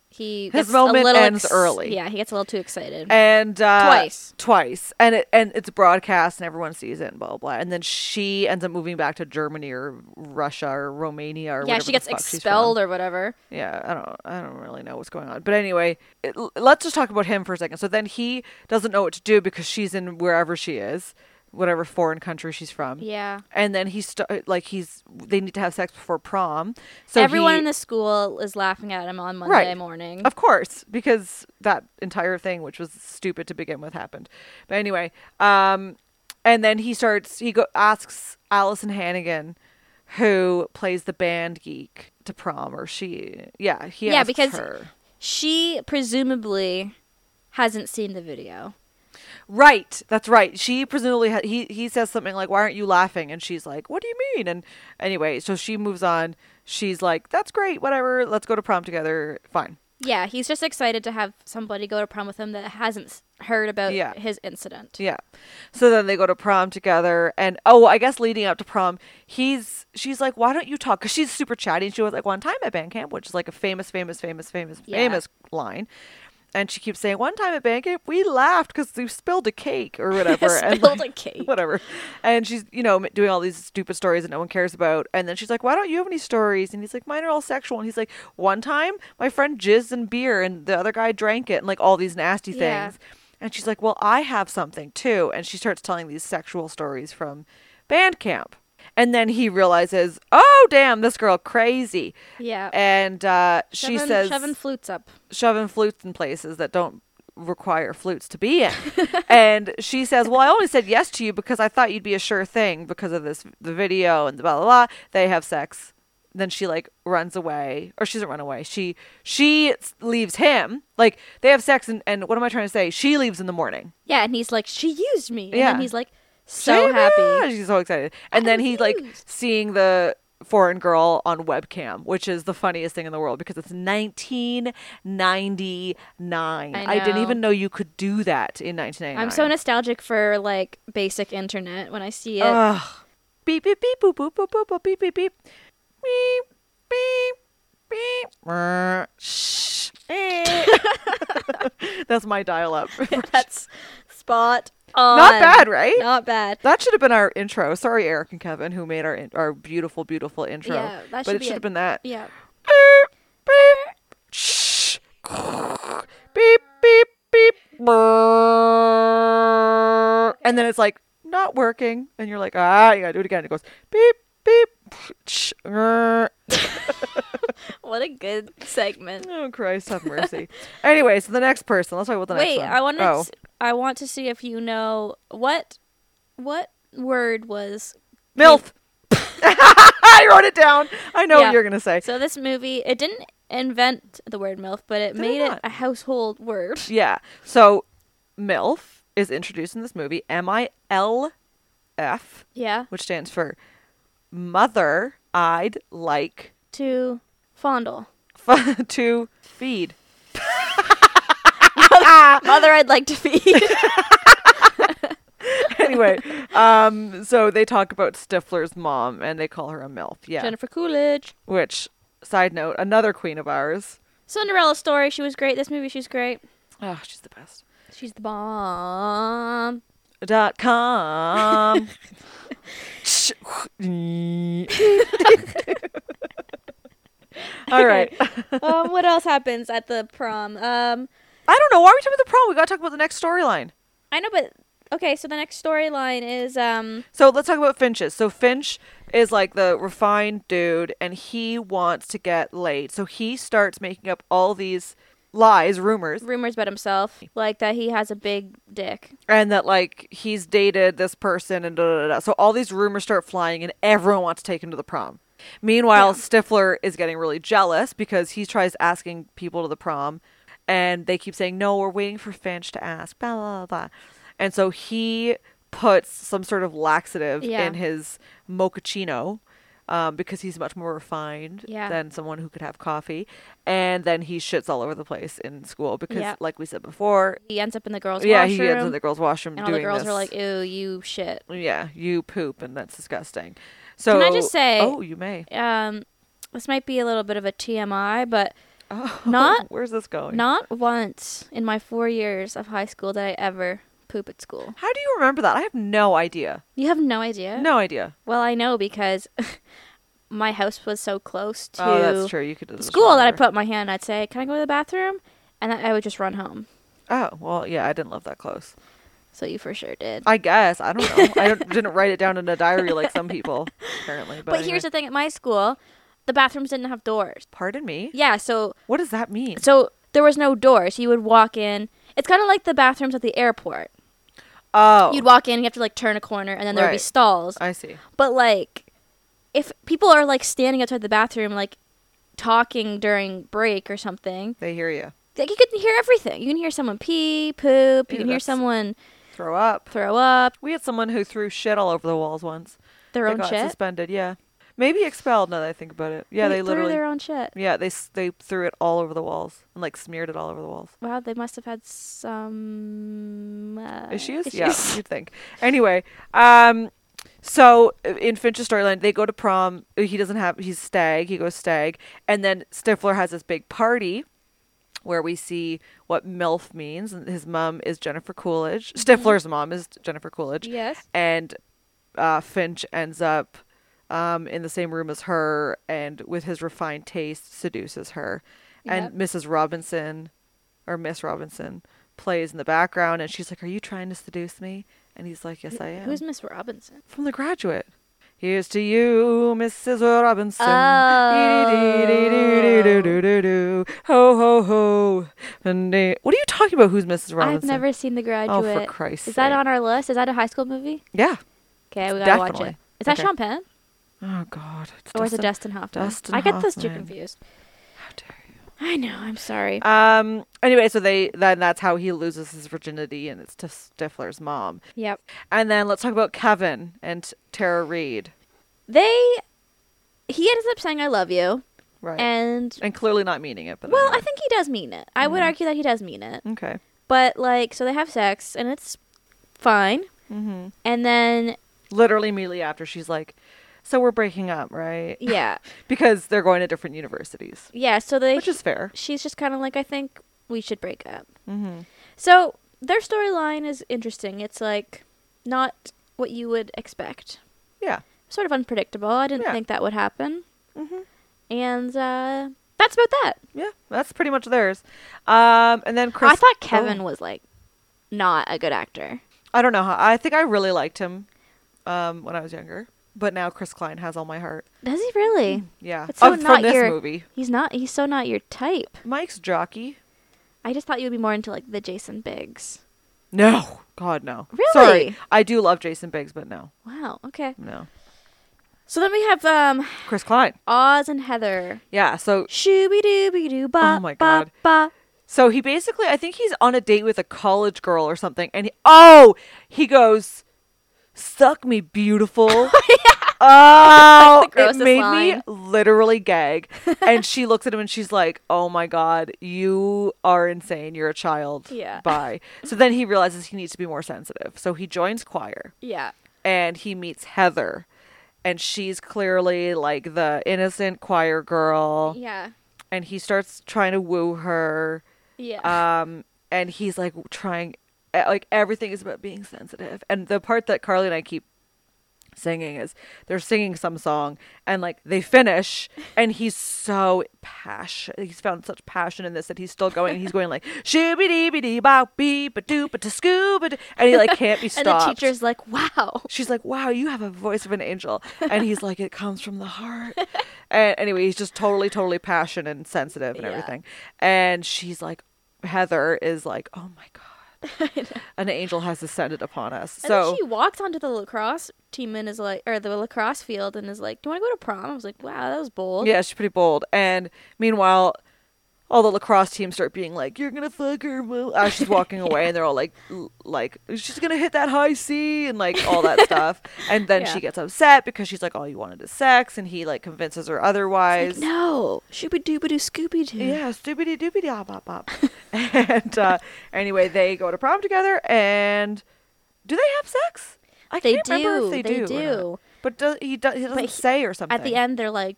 A: he
B: His
A: gets
B: moment
A: a little
B: ends early.
A: Yeah, he gets a little too excited.
B: and uh,
A: Twice.
B: twice, and it and it's broadcast and everyone sees it and blah blah. blah. And then she ends up moving back to Germany or Russia or Romania or
A: yeah,
B: whatever
A: she
B: the
A: gets
B: fuck she's from.
A: expelled or whatever.
B: Yeah, I don't I don't really know what's going on. But anyway, it, l- let's just talk about him for a second. So then he doesn't know what to do because she's in wherever she is, whatever foreign country she's from.
A: Yeah.
B: And then he's st- like he's they need to have sex before prom. So
A: Everyone
B: he-
A: in the school is laughing at him on Monday
B: Right.
A: morning.
B: of course, because that entire thing, which was stupid to begin with, happened. But anyway, um, and then he starts. He go- asks Allison Hannigan, who plays the band geek, to prom, or she. Yeah, he.
A: Yeah,
B: asks
A: because-
B: her.
A: She presumably hasn't seen the video.
B: Right, that's right. She presumably ha- he he says something like, "Why aren't you laughing?" And she's like, "What do you mean?" And anyway, so she moves on. She's like, "That's great, whatever. Let's go to prom together. Fine."
A: Yeah, he's just excited to have somebody go to prom with him that hasn't s- heard about
B: Yeah.
A: his incident.
B: Yeah. So then they go to prom together, and oh, I guess leading up to prom, he's she's like, "Why don't you talk?" Because she's super chatty, and she was like, "One time at band camp," which is like a famous, famous, famous, famous,
A: Yeah.
B: famous line. And she keeps saying, "One time at band camp, we laughed because we spilled a cake or whatever." and
A: *laughs*
B: *laughs*
A: Spilled
B: like,
A: a cake.
B: whatever. And she's, you know, m- doing all these stupid stories that no one cares about. And then she's like, "Why don't you have any stories?" And he's like, "Mine are all sexual." And he's like, "One time, my friend jizzed in beer, and the other guy drank it, and like all these nasty
A: Yeah.
B: things." And she's like, "Well, I have something too." And she starts telling these sexual stories from band camp. And then he realizes, "Oh, damn, this girl crazy."
A: Yeah.
B: And uh, she
A: Shoving-
B: says,
A: shoving flutes up.
B: shoving flutes in places that don't require flutes to be in. *laughs* and she says, "Well, I only said yes to you because I thought you'd be a sure thing because of this the video and the blah blah blah." They have sex. Then she like runs away, or she doesn't run away. She she s- leaves him. Like they have sex, and, and what am I trying to say? She leaves in the morning.
A: Yeah, and he's like, she used me. And
B: Yeah.
A: then he's like, so happy.
B: Yeah, she's so excited. And then he's like
A: confused.
B: seeing the foreign girl on webcam, which is the funniest thing in the world because it's 1999.
A: I
B: I, didn't
A: know.
B: even know you could do that in 1999.
A: I'm so nostalgic for like basic internet when I see it.
B: Ugh. Beep beep beep boop boop boop boop boop beep beep beep beep beep beep. Brr. Shh.
A: *laughs*
B: Eh. *laughs* That's my dial-up.
A: *laughs* That's spot on.
B: Not bad, right?
A: Not bad.
B: That should have been our intro. Sorry, Eric and Kevin, who made our in- our beautiful, beautiful intro.
A: Yeah, that
B: but
A: should
B: it
A: be
B: should
A: it.
B: have been that.
A: Yeah.
B: Beep, beep, shh, beep, beep, beep, brrr. and then it's like not working, and you're like, ah, you gotta do it again. It goes beep, beep, shh. grr.
A: What a good segment.
B: Oh Christ, have mercy. anyway, so the next person. Let's talk about the next
A: Wait,
B: one.
A: I want to.
B: Oh.
A: I want to see if you know what what word was.
B: MILF. I wrote it down. I know
A: Yeah.
B: what you're gonna say.
A: So this movie, it didn't invent the word milf, but it
B: Did it
A: made it
B: not?
A: a household word.
B: Yeah. So MILF is introduced in this movie. M I L F,
A: Yeah.
B: which stands for Mother I'd Like *laughs*
A: To fondle.
B: f- to Feed. *laughs*
A: Mother, I'd like to feed.
B: Anyway, um, so they talk about Stifler's mom and they call her a MILF. Yeah.
A: *laughs* Jennifer Coolidge.
B: Which, side note, another queen of ours.
A: Cinderella story. She was great. This movie, she's great.
B: Oh, she's the best.
A: She's the bomb.
B: Dot com. *laughs* All right.
A: *laughs* um, what else happens at the prom? Um,
B: I don't know. Why are we talking about the prom? We gotta talk about the next storyline.
A: I know, but okay. So the next storyline is um,
B: So let's talk about Finch's. So Finch is like the refined dude, and he wants to get laid. So he starts making up all these lies, rumors,
A: rumors about himself, like that he has a big dick.
B: and that like he's dated this person, and da da da. da. So all these rumors start flying, and everyone wants to take him to the prom. Meanwhile, Stifler is getting really jealous because he tries asking people to the prom, and they keep saying no. We're waiting for Finch to ask. Blah blah blah. And so he puts some sort of laxative
A: Yeah.
B: in his mochaccino um, because he's much more refined
A: Yeah.
B: than someone who could have coffee. And then he shits all over the place in school because,
A: Yeah.
B: like we said before,
A: He ends up in the girls'
B: yeah,
A: washroom.
B: he ends in the girls' washroom
A: and all
B: doing
A: the girls
B: this.
A: are like, "Ew, you shit."
B: yeah, you poop, and that's disgusting. So
A: Can I just say-
B: oh, you may.
A: Um, this might be a little bit of a TMI, but
B: *laughs* Oh,
A: Not-
B: where's this going?
A: not once in my four years of high school did I ever poop at school.
B: How do you remember that? I have no idea.
A: You have no idea.
B: No idea.
A: Well, I know because *laughs* my house was so close to
B: Oh, that's true. You could
A: the
B: just
A: school that I
B: remember.
A: put my hand. I'd say, "Can I go to the bathroom?" And then I would just run home.
B: Oh well, yeah, I didn't live that close.
A: So you for sure did.
B: I guess I don't know. I
A: *laughs*
B: don't, didn't write it down in a diary like some people apparently. But,
A: but here's the thing: at my school, the bathrooms didn't have doors.
B: pardon me.
A: Yeah, so
B: What does that mean?
A: so there was no doors. You would walk in. It's kind of like the bathrooms at the airport.
B: Oh,
A: You'd walk in, you have to like turn a corner, and then there would be
B: Right.
A: stalls.
B: I see.
A: But like, if people are like standing outside the bathroom, like talking during break or something,
B: They hear you.
A: like you can hear everything. You can hear someone pee, poop.
B: Ew,
A: You can hear
B: that's-
A: someone
B: Throw up.
A: throw up
B: We had someone who threw shit all over the walls once.
A: their
B: they
A: own
B: got
A: shit.
B: suspended. Yeah, maybe expelled. Now that I think about it, yeah, they,
A: threw
B: literally.
A: their own shit.
B: Yeah, they s- they threw it all over the walls and like smeared it all over the walls.
A: Wow, they must have had some uh,
B: issues? Yeah, you'd think. Anyway, um, so uh, in Finch's storyline, they go to prom. Uh, He doesn't have. He's stag. He goes stag, and then Stifler has this big party where we see what MILF means. And his mom is Jennifer Coolidge.
A: Mm-hmm.
B: Stifler's mom is Jennifer Coolidge.
A: *laughs* Yes.
B: And uh, Finch ends up um, in the same room as her, and with his refined taste, seduces her. And Mrs. Robinson, or Miss Robinson, plays in the background, and she's like, "Are you trying to seduce me?" And he's like, "Yes, I am."
A: Who's Miss Robinson?
B: from The Graduate? Here's to you, Mrs. Robinson.
A: Oh.
B: Ho ho ho. And, uh, What are you talking about? Who's Mrs. Robinson?
A: I've never seen The
B: Oh,
A: Graduate.
B: for Christ's
A: Is that
B: sake.
A: on our list? Is that a high school movie?
B: Yeah.
A: Okay, we gotta watch it.
B: Definitely.
A: Is that
B: Okay.
A: Sean Penn
B: Oh God. It's
A: or is it
B: Dustin-
A: Dustin Hoffman?
B: Dustin
A: I get those two
B: Hoffman.
A: confused.
B: How dare you.
A: I know. I'm sorry.
B: Um. Anyway, so they then that's how he loses his virginity, and it's to Stifler's mom.
A: yep.
B: And then let's talk about Kevin and Tara Reid.
A: They. He ends up saying "I love you,"
B: Right. And,
A: and
B: clearly not meaning it, but
A: well, I
B: anyway.
A: think he does mean it. I would argue that he does mean it.
B: okay.
A: But like, so they have sex, and it's fine.
B: Mm-hmm.
A: And then,
B: Literally immediately after, she's like, "So we're breaking up, right?" *laughs*
A: yeah,
B: Because they're going to different universities,
A: yeah. So they.
B: which is fair.
A: she's just kind of like, I think we should break up.
B: Mm-hmm.
A: So their storyline is interesting. It's like not what you would expect.
B: Yeah.
A: Sort of unpredictable. I didn't
B: Yeah.
A: think that would happen.
B: Mm-hmm.
A: And uh, that's about that.
B: Yeah. That's pretty much theirs. Um. And then Chris.
A: I thought Kevin
B: oh,
A: was like not a good actor.
B: I don't know. How, I think I really liked him, um, when I was younger. But now Chris Klein has all my heart.
A: Does he really?
B: Yeah.
A: It's so
B: Of-
A: not
B: from this
A: your-
B: movie.
A: Hmm. He's not. He's so not your type.
B: Mike's jockey.
A: I just thought you would be more into like the Jason Biggs.
B: No. God, no.
A: Really?
B: Sorry. I do love Jason Biggs, but no.
A: Wow. Okay.
B: No.
A: So then we have um
B: Chris Klein.
A: Oz and Heather.
B: Yeah. So
A: Shooby dooby doo ba
B: Oh my
A: ba
B: God.
A: ba.
B: so he basically I think he's on a date with a college girl or something and he, oh, he goes suck me
A: *laughs*
B: beautiful. Oh,
A: the
B: it
A: grossest
B: made me
A: line.
B: literally
A: *laughs*
B: gag. and she looks at him and she's like, "Oh my god, you are insane. You're a child."
A: Yeah.
B: Bye. So then he realizes he needs to be more sensitive. So he joins choir.
A: Yeah.
B: and he meets Heather, and she's clearly like the innocent choir girl,
A: Yeah.
B: and he starts trying to woo her,
A: Yeah.
B: um, and he's like trying, eh, like everything is about being sensitive, and the part that Carly and I keep singing is they're singing some song and like they
A: *laughs*
B: finish and he's so passionate he's found such passion in this that he's still going he's
A: *laughs*
B: going like shooby dee dee bop beep a doop a scuba doo," and he like can't be
A: *laughs* and the
B: stopped
A: teacher's like, "Wow."
B: she's like, "Wow, you have a voice of an angel," and he's like, "It comes from the
A: *laughs*
B: heart." and anyway, he's just totally, totally passionate and sensitive and
A: Yeah.
B: everything. And she's like, Heather is like, "Oh my god,
A: *laughs*
B: an angel has descended upon us."
A: and
B: So
A: then she walks onto the lacrosse team and is like, or the lacrosse field and is like, "Do you want to go to prom?" I was like, "Wow, that was bold."
B: yeah, she's pretty bold. And meanwhile, all the lacrosse teams start being like, "You're gonna fuck her," Mo-" as she's
A: *laughs*
B: walking away, and they're all like, l- "Like she's gonna hit that high C," and like all that stuff. And then
A: *laughs* Yeah.
B: she gets upset because she's like, "All you wanted is sex," and he like convinces her otherwise.
A: No, shooby dooby doo Scooby Doo. *clears throat*
B: Yeah, stoopity doopity ah bop bop. *laughs* and uh, anyway, they go to prom together, and do they have sex? I
A: They
B: can't remember if
A: do,
B: they, do.
A: they
B: or not.
A: do.
B: But does, he, do, he doesn't
A: he-
B: say or something.
A: At the end, they're like,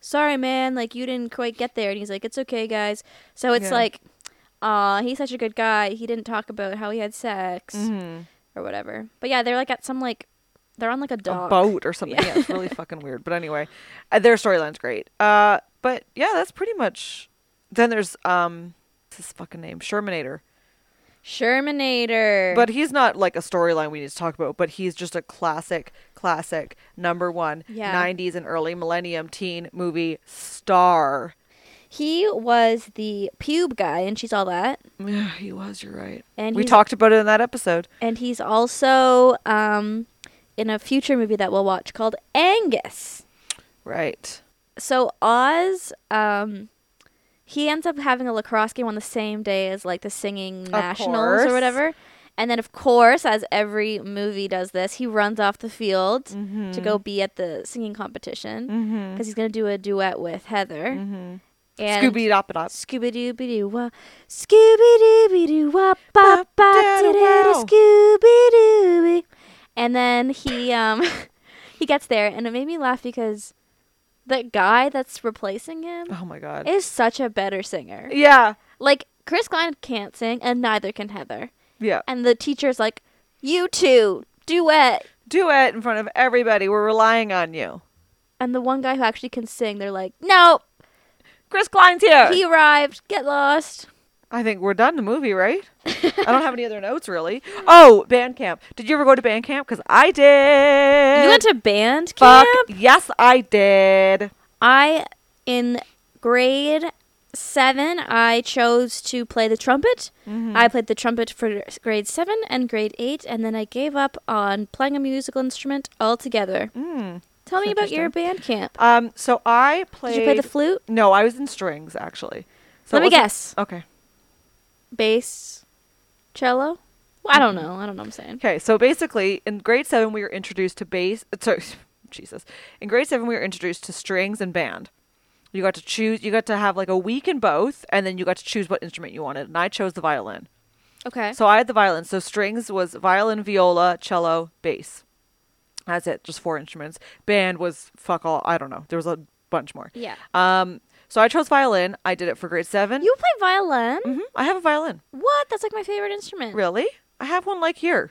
A: "Sorry, man, like you didn't quite get there," and he's like, "It's okay, guys." So it's
B: Yeah.
A: like, "Aw, he's such a good guy. He didn't talk about how he had sex
B: Mhm.
A: or whatever." But yeah, they're like at some like, they're on like a
B: a
A: dock.
B: boat or something. Yeah, it's
A: *laughs*
B: really fucking weird. But anyway, uh, their storyline's great. Uh, but yeah, that's pretty much. Then there's um, what's his fucking name, Shermanator.
A: Shermanator.
B: But he's not like a storyline we need to talk about, but he's just a classic, classic number one
A: Yeah.
B: 90s and early millennium teen movie star.
A: he was the pube guy, and she's all that.
B: Yeah, *sighs* he was, you're right.
A: And
B: we
A: he's-
B: talked about it in that episode.
A: And he's also um, in a future movie that we'll watch called Angus.
B: Right.
A: so Oz, um, he ends up having a lacrosse game on the same day as like the singing nationals
B: course.
A: or whatever. And then, of course, as every movie does this, he runs off the field to go be at the singing competition because
B: Mm-hmm.
A: he's going to do a duet with Heather.
B: Mm-hmm.
A: And
B: Scooby Dop It Up.
A: Scooby Dooby Doo Wah. Scooby Dooby Doo Wah. Bop Bop
B: Dada wow.
A: Doo Scooby Dooby. And then he um *laughs* he gets there, and it made me laugh because the guy that's replacing him
B: Oh my god.
A: is such a better singer.
B: yeah.
A: Like Chris Klein can't sing, and neither can Heather.
B: Yeah.
A: And the teacher's like, "You two duet."
B: Do it in front of everybody. We're relying on you.
A: And the one guy who actually can sing, they're like, "No,
B: Chris Klein's here.
A: he arrived. Get lost."
B: I think we're done the movie, right? *laughs* I don't have any other notes really. Oh, Bandcamp. Did you ever go to Bandcamp? Because I did.
A: You went to band
B: Fuck
A: camp.
B: yes, I did.
A: I in grade seven I chose to play the trumpet.
B: Mm-hmm.
A: I played the trumpet for grade seven and grade eight, and then I gave up on playing a musical instrument altogether.
B: Mm.
A: Tell me about your band camp.
B: Um, so I played.
A: Did you play the flute?
B: no, I was in strings actually. So it
A: Let me
B: wasn't-
A: guess.
B: Okay.
A: Bass, cello. Well, I don't
B: Mm-hmm.
A: know. I don't know. What I'm saying.
B: Okay, so basically, in grade seven, we were introduced to bass. uh, Sorry, *laughs* Jesus. In grade seven, we were introduced to strings and band. You got to choose. You got to have like a week in both, and then you got to choose what instrument you wanted. And I chose the violin.
A: Okay.
B: So I had the violin. So strings was violin, viola, cello, bass. That's it. Just four instruments. Band was fuck all. I don't know. There was a bunch more.
A: yeah.
B: Um. So I chose violin. I did it for grade seven.
A: You play violin?
B: hmm I have a violin.
A: What? That's like my favorite instrument.
B: Really? I have one like here.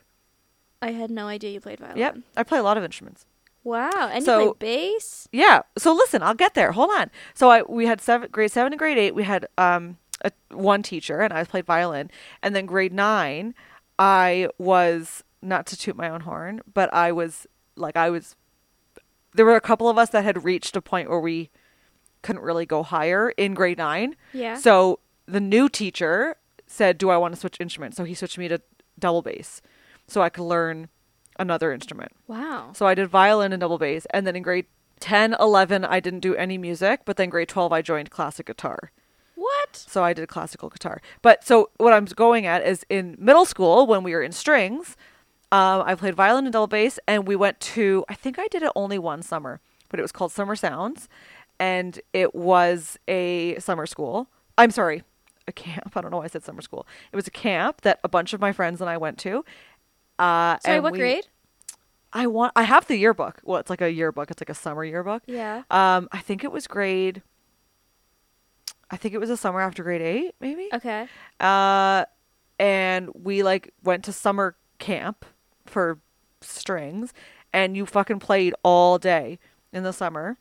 A: I had no idea you played violin.
B: Yep. I play a lot of instruments.
A: Wow. And you
B: So-
A: play bass?
B: Yeah. So listen, I'll get there. Hold on. So I we had seven grade seven and grade eight. We had um a, one teacher, and I played violin. And then grade nine, I was not to toot my own horn, but I was like I was. There were a couple of us that had reached a point where we couldn't really go higher in grade nine.
A: Yeah.
B: So the new teacher said, "Do I want to switch instruments?" So he switched me to double bass, so I could learn another instrument.
A: Wow.
B: So I did violin and double bass. And then in grade 10, 11, I didn't do any music. But then grade 12, I joined classic guitar.
A: What?
B: So I did classical guitar. But so what I'm going at is in middle school, when we were in strings, um, I played violin and double bass. And we went to, I think I did it only one summer, but it was called Summer Sounds. And it was a summer school. I'm sorry, a camp. *laughs* I don't know why I said summer school. It was a camp that a bunch of my friends and I went to. Uh,
A: Sorry,
B: and
A: what
B: we-
A: grade?
B: I want. I have the yearbook. Well, it's like a yearbook. It's like a summer yearbook.
A: Yeah.
B: Um, I think it was grade. I think it was a summer after grade eight, maybe.
A: Okay.
B: Uh, and we like went to summer camp for strings, and you fucking played all day in the summer,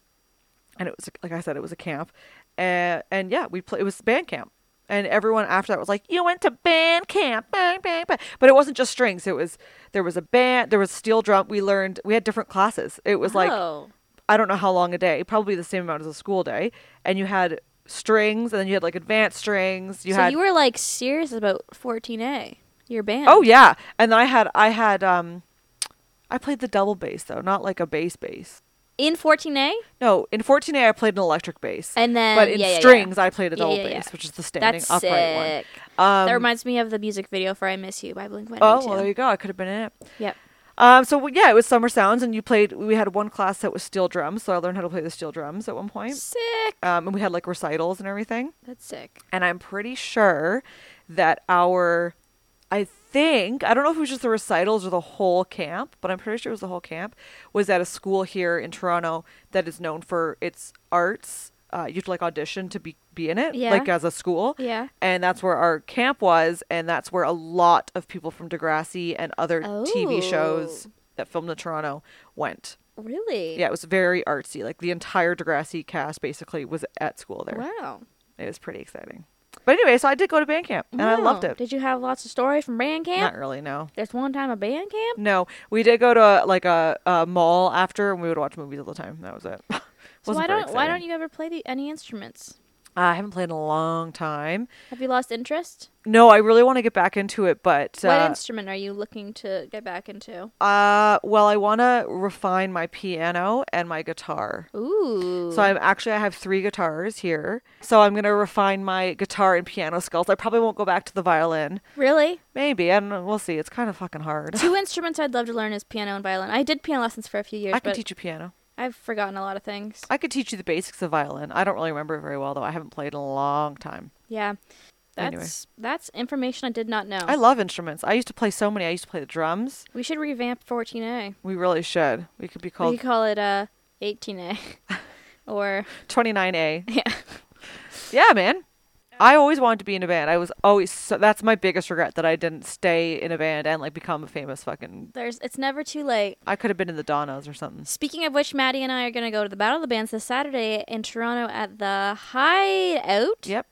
B: and it was like I said, it was a camp, and and yeah, we play. It was band camp, and everyone after that was like, you went to band camp, bang bang bang. But it wasn't just strings. It was there was a band, there was steel drum. We learned we had different classes. It was like
A: oh.
B: I don't know how long a day, probably the same amount as a school day, and you had strings, and then you had like advanced strings. You
A: so
B: had
A: you were like serious about 14A, your band.
B: Oh yeah, and then I had I had um, I played the double bass though, not like a bass bass.
A: in 14A,
B: No, in 14A I played an electric bass.
A: and then
B: but in
A: yeah, yeah, yeah.
B: strings I played a
A: Yeah,
B: double
A: yeah, yeah.
B: bass, which is the standing
A: That's
B: upright one.
A: sick.
B: Um,
A: that reminds me of the music video for "I Miss You" by Blink One Eighty Two.
B: oh, well, there you go. I could have been in it.
A: Yep.
B: Um, so well, yeah, it was summer sounds, and you played. We had one class that was steel drums, so I learned how to play the steel drums at one point.
A: Sick.
B: Um, and we had like recitals and everything.
A: That's sick.
B: And I'm pretty sure that our, I think I don't know if it was just the recitals or the whole camp, but I'm pretty sure it was the whole camp. Was at a school here in Toronto that is known for its arts. Uh, you have to like audition to be be in it,
A: Yeah.
B: like as a school
A: Yeah.
B: and that's where our camp was, and that's where a lot of people from Degrassi and other TV shows
A: Oh.
B: that filmed in Toronto went.
A: Really?
B: Yeah, it was very artsy. Like the entire Degrassi cast basically was at school there.
A: Wow.
B: It was pretty exciting. But anyway, so I did go to band camp, and I loved
A: Wow.
B: it.
A: Did you have lots of stories from band camp?
B: Not really, no.
A: There's one time a band camp.
B: No, we did go to like a, a mall after, and we would watch movies all the time. That was it. *laughs*
A: So why don't why don't you ever play the, any instruments?
B: I haven't played in a long time.
A: Have you lost interest?
B: No, I really want to get back into it, but
A: what
B: uh,
A: instrument are you looking to get back into?
B: Uh, well, I want to refine my piano and my guitar.
A: Ooh.
B: So I'm actually I have three guitars here. So I'm gonna refine my guitar and piano skills. I probably won't go back to the violin.
A: really
B: Maybe I don't know. We'll see. It's kind of fucking hard.
A: two *laughs* instruments I'd love to learn is piano and violin. I did piano lessons for a few
B: *laughs*
A: years,
B: I could
A: but
B: teach you piano.
A: I've forgotten a lot of things.
B: I could teach you the basics of violin. I don't really remember it very well though. I haven't played in a long time.
A: Yeah. That's
B: Anyway.
A: that's information I did not know.
B: I love instruments. I used to play so many. I used to play the drums.
A: we should revamp 14A.
B: We really should. We could be
A: We
B: called
A: could call it uh 18A *laughs* or
B: 29A.
A: *laughs* yeah.
B: Yeah, man. I always wanted to be in a band. I was always so that's my biggest regret that I didn't stay in a band and like become a famous fucking
A: There's it's never too late.
B: I could have been in the Donnas or something.
A: Speaking of which, Maddie and I are going to go to the Battle of the Bands this Saturday in Toronto at the Hideout.
B: Yep.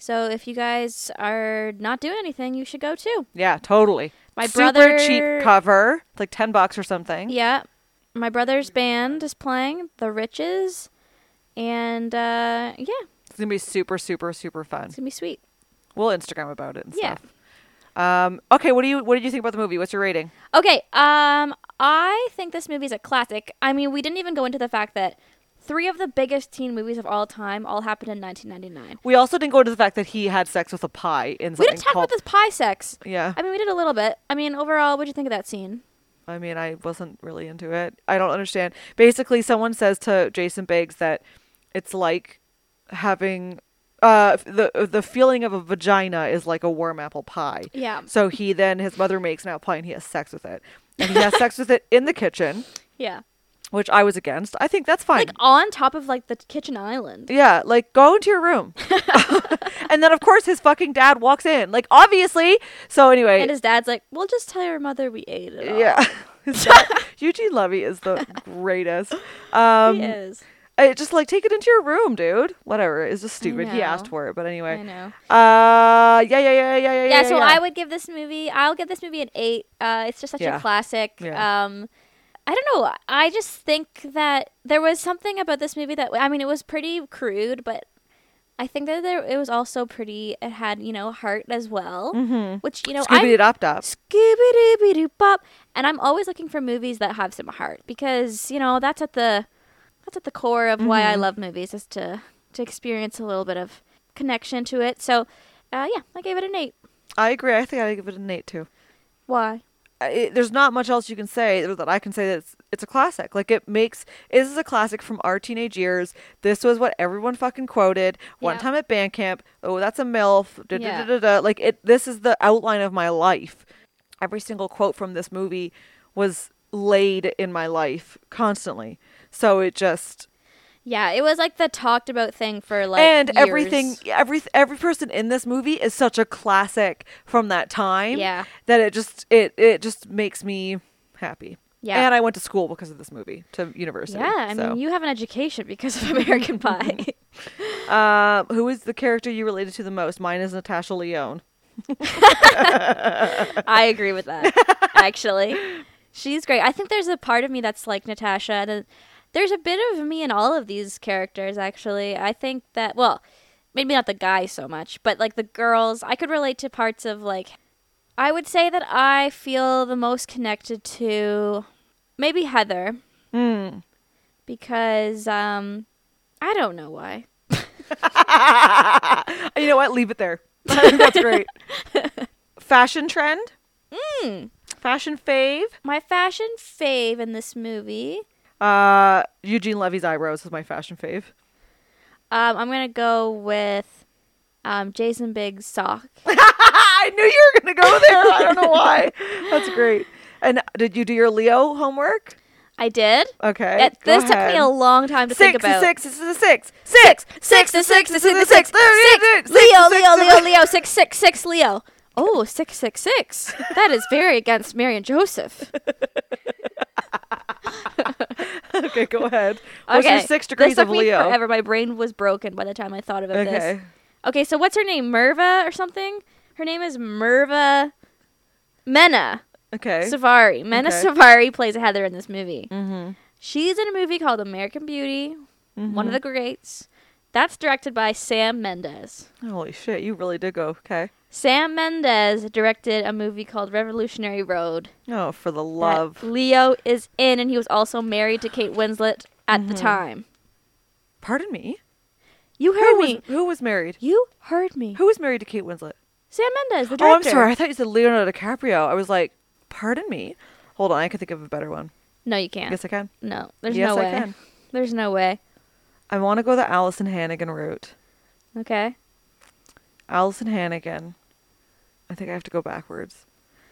A: So if you guys are not doing anything, you should go too.
B: Yeah, totally.
A: My
B: Super
A: brother-
B: cheap cover. It's like 10 bucks or something.
A: Yeah. My brother's band is playing, The Riches. And uh, yeah,
B: It's going to be super super super fun.
A: it's going to be sweet.
B: We'll Instagram about it and
A: Yeah.
B: stuff. Um okay, what do you what did you think about the movie? What's your rating?
A: Okay, um, I think this movie's a classic. I mean, we didn't even go into the fact that three of the biggest teen movies of all time all happened in 1999.
B: We also didn't go into the fact that he had sex with a pie in
A: We
B: something
A: didn't talk
B: called
A: about this pie sex.
B: Yeah.
A: I mean, we did a little bit. I mean, overall, what'd you think of that scene?
B: I mean, I wasn't really into it. I don't understand. Basically, someone says to Jason Biggs that it's like having uh f- the the feeling of a vagina is like a warm apple pie.
A: Yeah.
B: So he then his mother makes an apple pie and he has sex with it. And he has sex with it in the kitchen,
A: Yeah.
B: which I was against. I think that's fine.
A: Like on top of like the kitchen island.
B: yeah, like go into your
A: *laughs*
B: room. *laughs* and then of course his fucking dad walks in. Like obviously. So anyway,
A: And his dad's like, "We'll just tell your mother we ate it."
B: *laughs*
A: all." *laughs*
B: yeah. His dad- Eugene Levy is the greatest. Um
A: *laughs* he is.
B: I just like take it into your room, dude. Whatever. It's just stupid. He
A: know.
B: asked for it, but
A: I
B: anyway.
A: know.
B: Uh, yeah, yeah, yeah, yeah, yeah,
A: Yeah,
B: yeah.
A: so
B: yeah.
A: I would give this movie. I'll give this movie an eight. Uh, it's just such
B: Yeah.
A: a classic.
B: Yeah.
A: Um, I don't know. I just think that there was something about this movie that I mean, it was pretty crude, but I think that there it was also pretty. It had you know heart as well, mm-hmm. which you know I
B: Scooby it up, up.
A: Scooby doo bop. And I'm always looking for movies that have some heart because you know that's at the that's at the core of why I
B: Mm-hmm.
A: love movies is to to experience a little bit of connection to it. So uh, yeah, I gave it an eight.
B: I agree. I think I give it an eight too.
A: Why?
B: I- It, there's not much else you can say or that I can say that it's, it's a classic. Like it makes this is a classic from our teenage years. This was what everyone fucking quoted one
A: Yeah.
B: time at band camp. Oh, that's a milf. Da, da,
A: Yeah.
B: da, da, da. Like it. This is the outline of my life. Every single quote from this movie was laid in my life constantly. So it just
A: Yeah, it was like the talked about thing for like
B: and
A: years.
B: everything every every person in this movie is such a classic from that time
A: Yeah.
B: that it just it it just makes me happy
A: Yeah.
B: and i went to school because of this movie to university
A: Yeah, I
B: so.
A: mean, you have an education because of *laughs* American Pie.
B: Uh, who is the character you related to the most mine is natasha leone
A: I agree with that. Actually, she's great. I think there's a part of me that's like Natasha. And then there's a bit of me in all of these characters. Actually, I think that well, maybe not the guy so much, but like the girls, I could relate to parts of like. I would say that I feel the most connected to maybe Heather. because um, I don't know why.
B: Uh, you know what? Leave it there. *laughs* I think that's
A: *laughs*
B: great. Fashion trend.
A: Hmm.
B: Fashion fave.
A: My fashion fave in this movie,
B: Uh, Eugene Levy's eyebrows is my fashion fave. *laughs*
A: um, I'm gonna go with um, Jason Biggs' sock.
B: I knew you were gonna go there. I don't know
A: *laughs*
B: why. That's great. And uh, did you do your Leo homework?
A: I did.
B: Okay.
A: That-
B: go
A: this took
B: ahead.
A: me a long time to
B: six
A: think about.
B: is six. This is a six. Six.
A: Six to six to six to
B: Six.
A: six. Six. Leo, Leo, Leo, Leo. Six, six, six, Leo. Oh, six, six, six. That is very against Mary and Joseph.
B: *laughs* Okay, go ahead. What's your
A: Okay,
B: six
A: this
B: degrees
A: took
B: of
A: me
B: Leo?
A: Forever. My brain was broken by the time I thought about this.
B: Okay.
A: Okay, so what's her name? Merva or something? Her name is Merva Mena
B: Okay.
A: Savari. Mena
B: Okay.
A: Savari plays Heather in this movie.
B: mm-hmm.
A: She's in a movie called American Beauty, one of the greats. That's directed by Sam Mendes.
B: Holy shit! You really did go. Okay.
A: Sam Mendes directed a movie called Revolutionary Road.
B: Oh, for the
A: that
B: love.
A: Leo is in, and he was also married to Kate Winslet at the time.
B: Pardon me.
A: You
B: Mm-hmm. Who
A: heard
B: was
A: me.
B: who was married?
A: You heard me.
B: Who was married to Kate Winslet?
A: Sam Mendes, the director.
B: Oh, I'm sorry. I thought you said Leonardo DiCaprio. I was like, pardon me. Hold on, I can think of a better one.
A: No, you can't.
B: Yes, I can.
A: no, there's
B: yes,
A: no
B: I
A: way.
B: can.
A: There's no way.
B: I want to go the Allison Hannigan route.
A: Okay.
B: Allison Hannigan. I think I have to go backwards.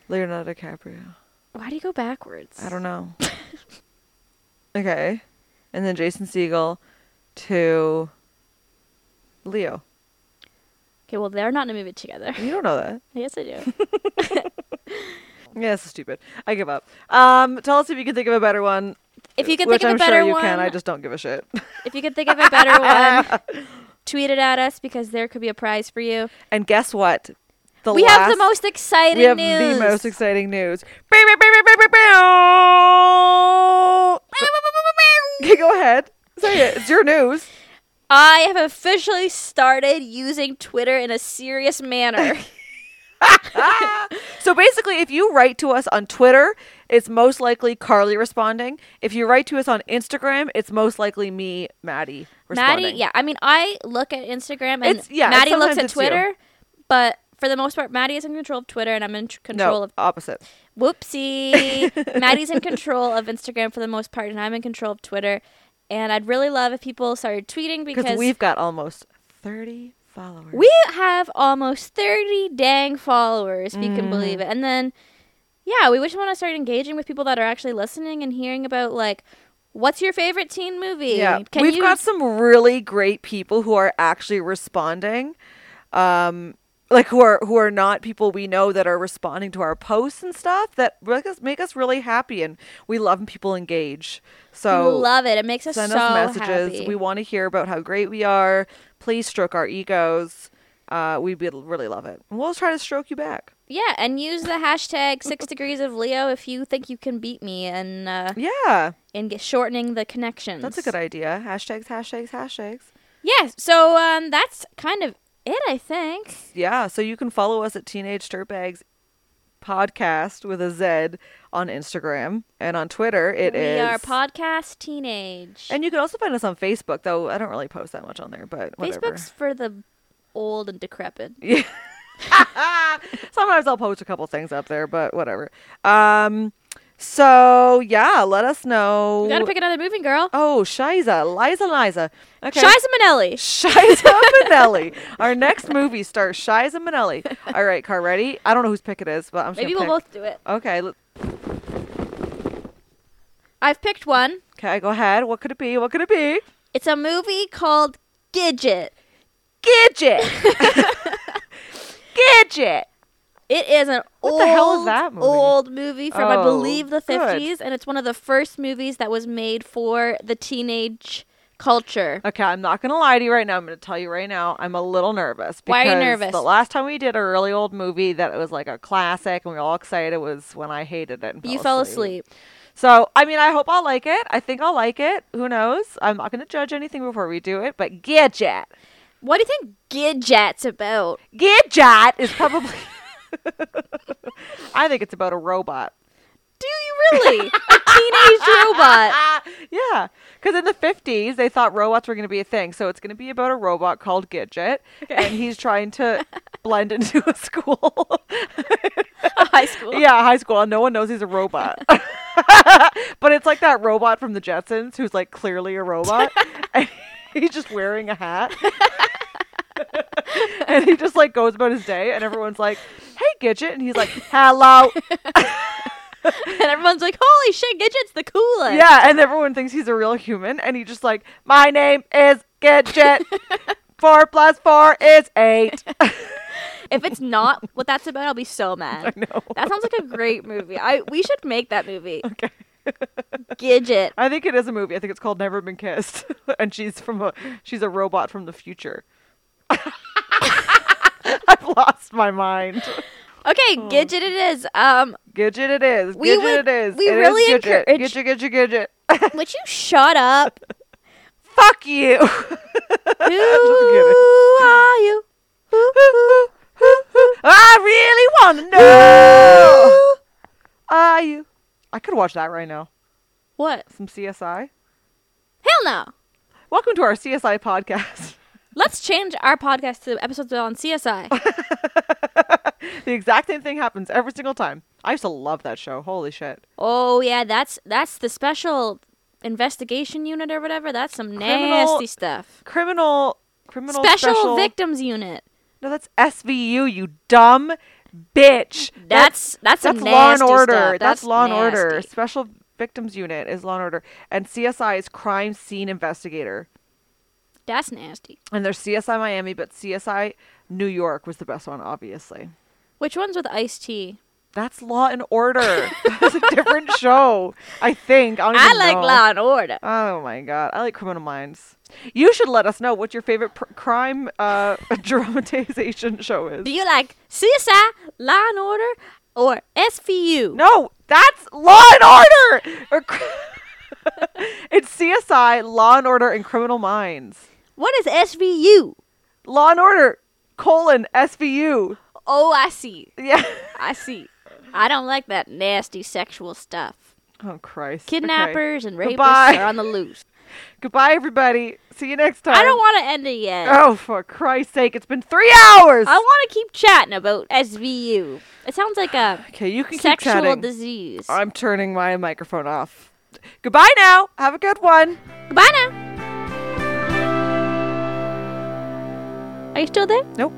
B: Leonardo DiCaprio.
A: Why do you go backwards?
B: I don't
A: *laughs*
B: know. okay. And then Jason Siegel to Leo.
A: Okay, well, they're not in a movie together. *laughs*
B: You don't know that.
A: yes,
B: *laughs*
A: I do.
B: Yeah, this is stupid. I give up. Um, tell us if you can think of a better one.
A: If you could
B: which
A: think of
B: I'm
A: a better
B: sure you
A: one,
B: can. I just don't give a shit. *laughs*
A: if you could think of a better one, tweet it at us because there could be a prize for you.
B: And guess what? The
A: we have the
B: last-
A: most exciting
B: we have
A: news.
B: the most exciting news. Bow, bow, bow, bow, bow, bow,
A: *laughs*
B: bow. Okay, go ahead. Say it. It's your news.
A: I have officially started using Twitter in a serious
B: *laughs*
A: manner.
B: So basically, if you write to us on Twitter, it's most likely Carly responding. If you write to us on Instagram, it's most likely me, Maddie, responding.
A: Maddie, yeah, I mean, I look at Instagram and
B: It's- yeah,
A: Maddie
B: sometimes
A: looks at
B: it's you.
A: Twitter, but for the most part, Maddie is in control of Twitter and I'm in tr- control
B: No,
A: of.
B: opposite. *laughs*
A: Whoopsie. Maddie's in control of Instagram for the most part, and I'm in control of Twitter. And I'd really love if people started tweeting
B: Because
A: because
B: we've got almost 30 followers.
A: we have almost 30 dang followers, if you
B: Mm-hmm.
A: can believe it. And then, yeah, we just want to start engaging with people that are actually listening and hearing about, like, what's your favorite teen movie?
B: Yeah,
A: Can
B: we've
A: you-
B: got some really great people who are actually responding, um, like who are who are not people we know that are responding to our posts and stuff that make us make us really happy, and we love when people engage. So
A: love it. It makes us
B: send
A: so
B: us messages.
A: happy.
B: We want to hear about how great we are. Please stroke our egos. Uh, we'd be- really love it. And we'll try to stroke you back.
A: yeah, and use the hashtag six degrees of Leo if you think you can beat me and uh,
B: Yeah,
A: and get shortening the connections.
B: that's a good idea. Hashtags, hashtags, hashtags.
A: Yeah, so um, that's kind of it, I think.
B: Yeah, so you can follow us at Teenage Dirtbags Podcast with a Z on Instagram and on Twitter. It
A: we
B: is.
A: are podcast teenage.
B: and you can also find us on Facebook, though I don't really post that much on there, but whatever. *laughs*
A: Facebook's for the old and decrepit.
B: Sometimes I'll post a couple things up there, but whatever. Um, so yeah, let us know.
A: We gotta pick another moving girl.
B: oh, Shiza, Liza, Liza. Okay.
A: Shiza Minnelli. *laughs*
B: Shiza Minnelli. Our next movie stars Shiza Minnelli. All right, Car, ready? I don't know whose pick it is, but I'm just
A: Maybe we'll
B: gonna
A: both do it.
B: both. Okay, let-
A: I've picked one.
B: Okay, go ahead. What could it be? What could it be?
A: It's a movie called Gidget. *laughs*
B: Gidget. Gidget.
A: It is an
B: What
A: old,
B: the hell is that movie?
A: old movie from I
B: Oh,
A: believe the
B: good.
A: fifties, and it's one of the first movies that was made for the teenage culture.
B: Okay, I'm not gonna lie to you right now. I'm gonna tell you right now. I'm a little nervous.
A: Why are you
B: because
A: nervous?
B: The last time we did a really old movie that was like a classic, and we were all excited, was when I hated it. And
A: you fell asleep.
B: So I mean, I hope I'll like it. I think I'll like it. Who knows? I'm not gonna judge anything before we do it. But Gidget,
A: What do you think Gidget's about?
B: *laughs* Gidget is probably. I think it's about a robot.
A: Do you really?
B: *laughs*
A: a teenage robot.
B: Ah, yeah. Because in the 50s, they thought robots were going to be a thing. So it's going to be about a robot called Gidget. And he's trying to blend into a school.
A: A high school.
B: yeah, high school. And no one knows he's a robot. but it's like that robot from the Jetsons who's like clearly a robot. and he's just wearing a hat. *laughs* and he just like goes about his day. And everyone's like, hey, Gidget. And he's like, hello.
A: *laughs* And everyone's like, holy shit, Gidget's the coolest.
B: Yeah, and everyone thinks he's a real human, and he just like, my name is
A: *laughs*
B: Gadget. four plus four is eight.
A: If
B: *laughs*
A: it's not what that's about, I'll be so mad.
B: no,
A: That sounds like a great movie. I we should make
B: *laughs*
A: that movie. Okay. Gidget.
B: I think it is a movie. I think it's called Never Been Kissed, *laughs* and she's from a she's a robot from the future. *laughs* I've lost my mind.
A: Okay,
B: Oh.
A: Gidget it is. Um,
B: Gidget it is.
A: We
B: Gidget
A: would-
B: it is.
A: we
B: It is
A: really
B: Gidget.
A: encourage-
B: Gidget, Gidget, Gidget. *laughs*
A: would you shut up?
B: Fuck you. *laughs*
A: Who
B: kidding.
A: are you?
B: *laughs* I really want to know.
A: *laughs*
B: Are you? I could watch that right now.
A: *gasps* What?
B: Some CSI.
A: Hell no.
B: Welcome to our CSI podcast. *laughs*
A: Let's change our podcast to episodes on CSI.
B: the exact same thing happens every single time. I used to love that show. Holy shit.
A: oh yeah, that's that's the special investigation unit or whatever. That's some
B: Criminal-
A: nasty stuff.
B: Criminal. Criminal.
A: Special, victims unit.
B: No, that's SVU. You dumb bitch.
A: That's that's, some
B: That's Law and
A: nasty
B: Order.
A: stuff.
B: That's, Law and Order.
A: nasty.
B: Special Victims Unit is Law and Order, and CSI is Crime Scene Investigator.
A: That's nasty.
B: And there's CSI Miami, but CSI New York was the best one, obviously.
A: Which one's with Ice T?
B: That's Law and
A: *laughs*
B: Order. That's a different show, I think. I, don't
A: I
B: even
A: like
B: know.
A: Law and Order.
B: Oh my god, I like Criminal Minds. You should let us know what your favorite pr- crime uh, *laughs* dramatization show is.
A: Do you like CSI, Law and Order, or SVU?
B: No, that's Law and Order. Or cr- *laughs* it's CSI, Law and Order, and Criminal Minds.
A: What is SVU?
B: Law and Order colon SVU.
A: Oh, I see.
B: Yeah. *laughs*
A: I see. I don't like that nasty sexual stuff.
B: Oh Christ. Okay.
A: Kidnappers and rapists
B: Goodbye.
A: are on
B: *laughs*
A: the loose.
B: Goodbye, everybody. See you next time.
A: I don't want to end it yet.
B: Oh, for Christ's sake! It's been three hours.
A: I want to keep chatting about SVU. It sounds like a
B: okay, *sighs* you can keep
A: sexual
B: chatting.
A: disease.
B: I'm turning my microphone off. Goodbye now. Have a good one.
A: Goodbye now. Are you still there?
B: Nope.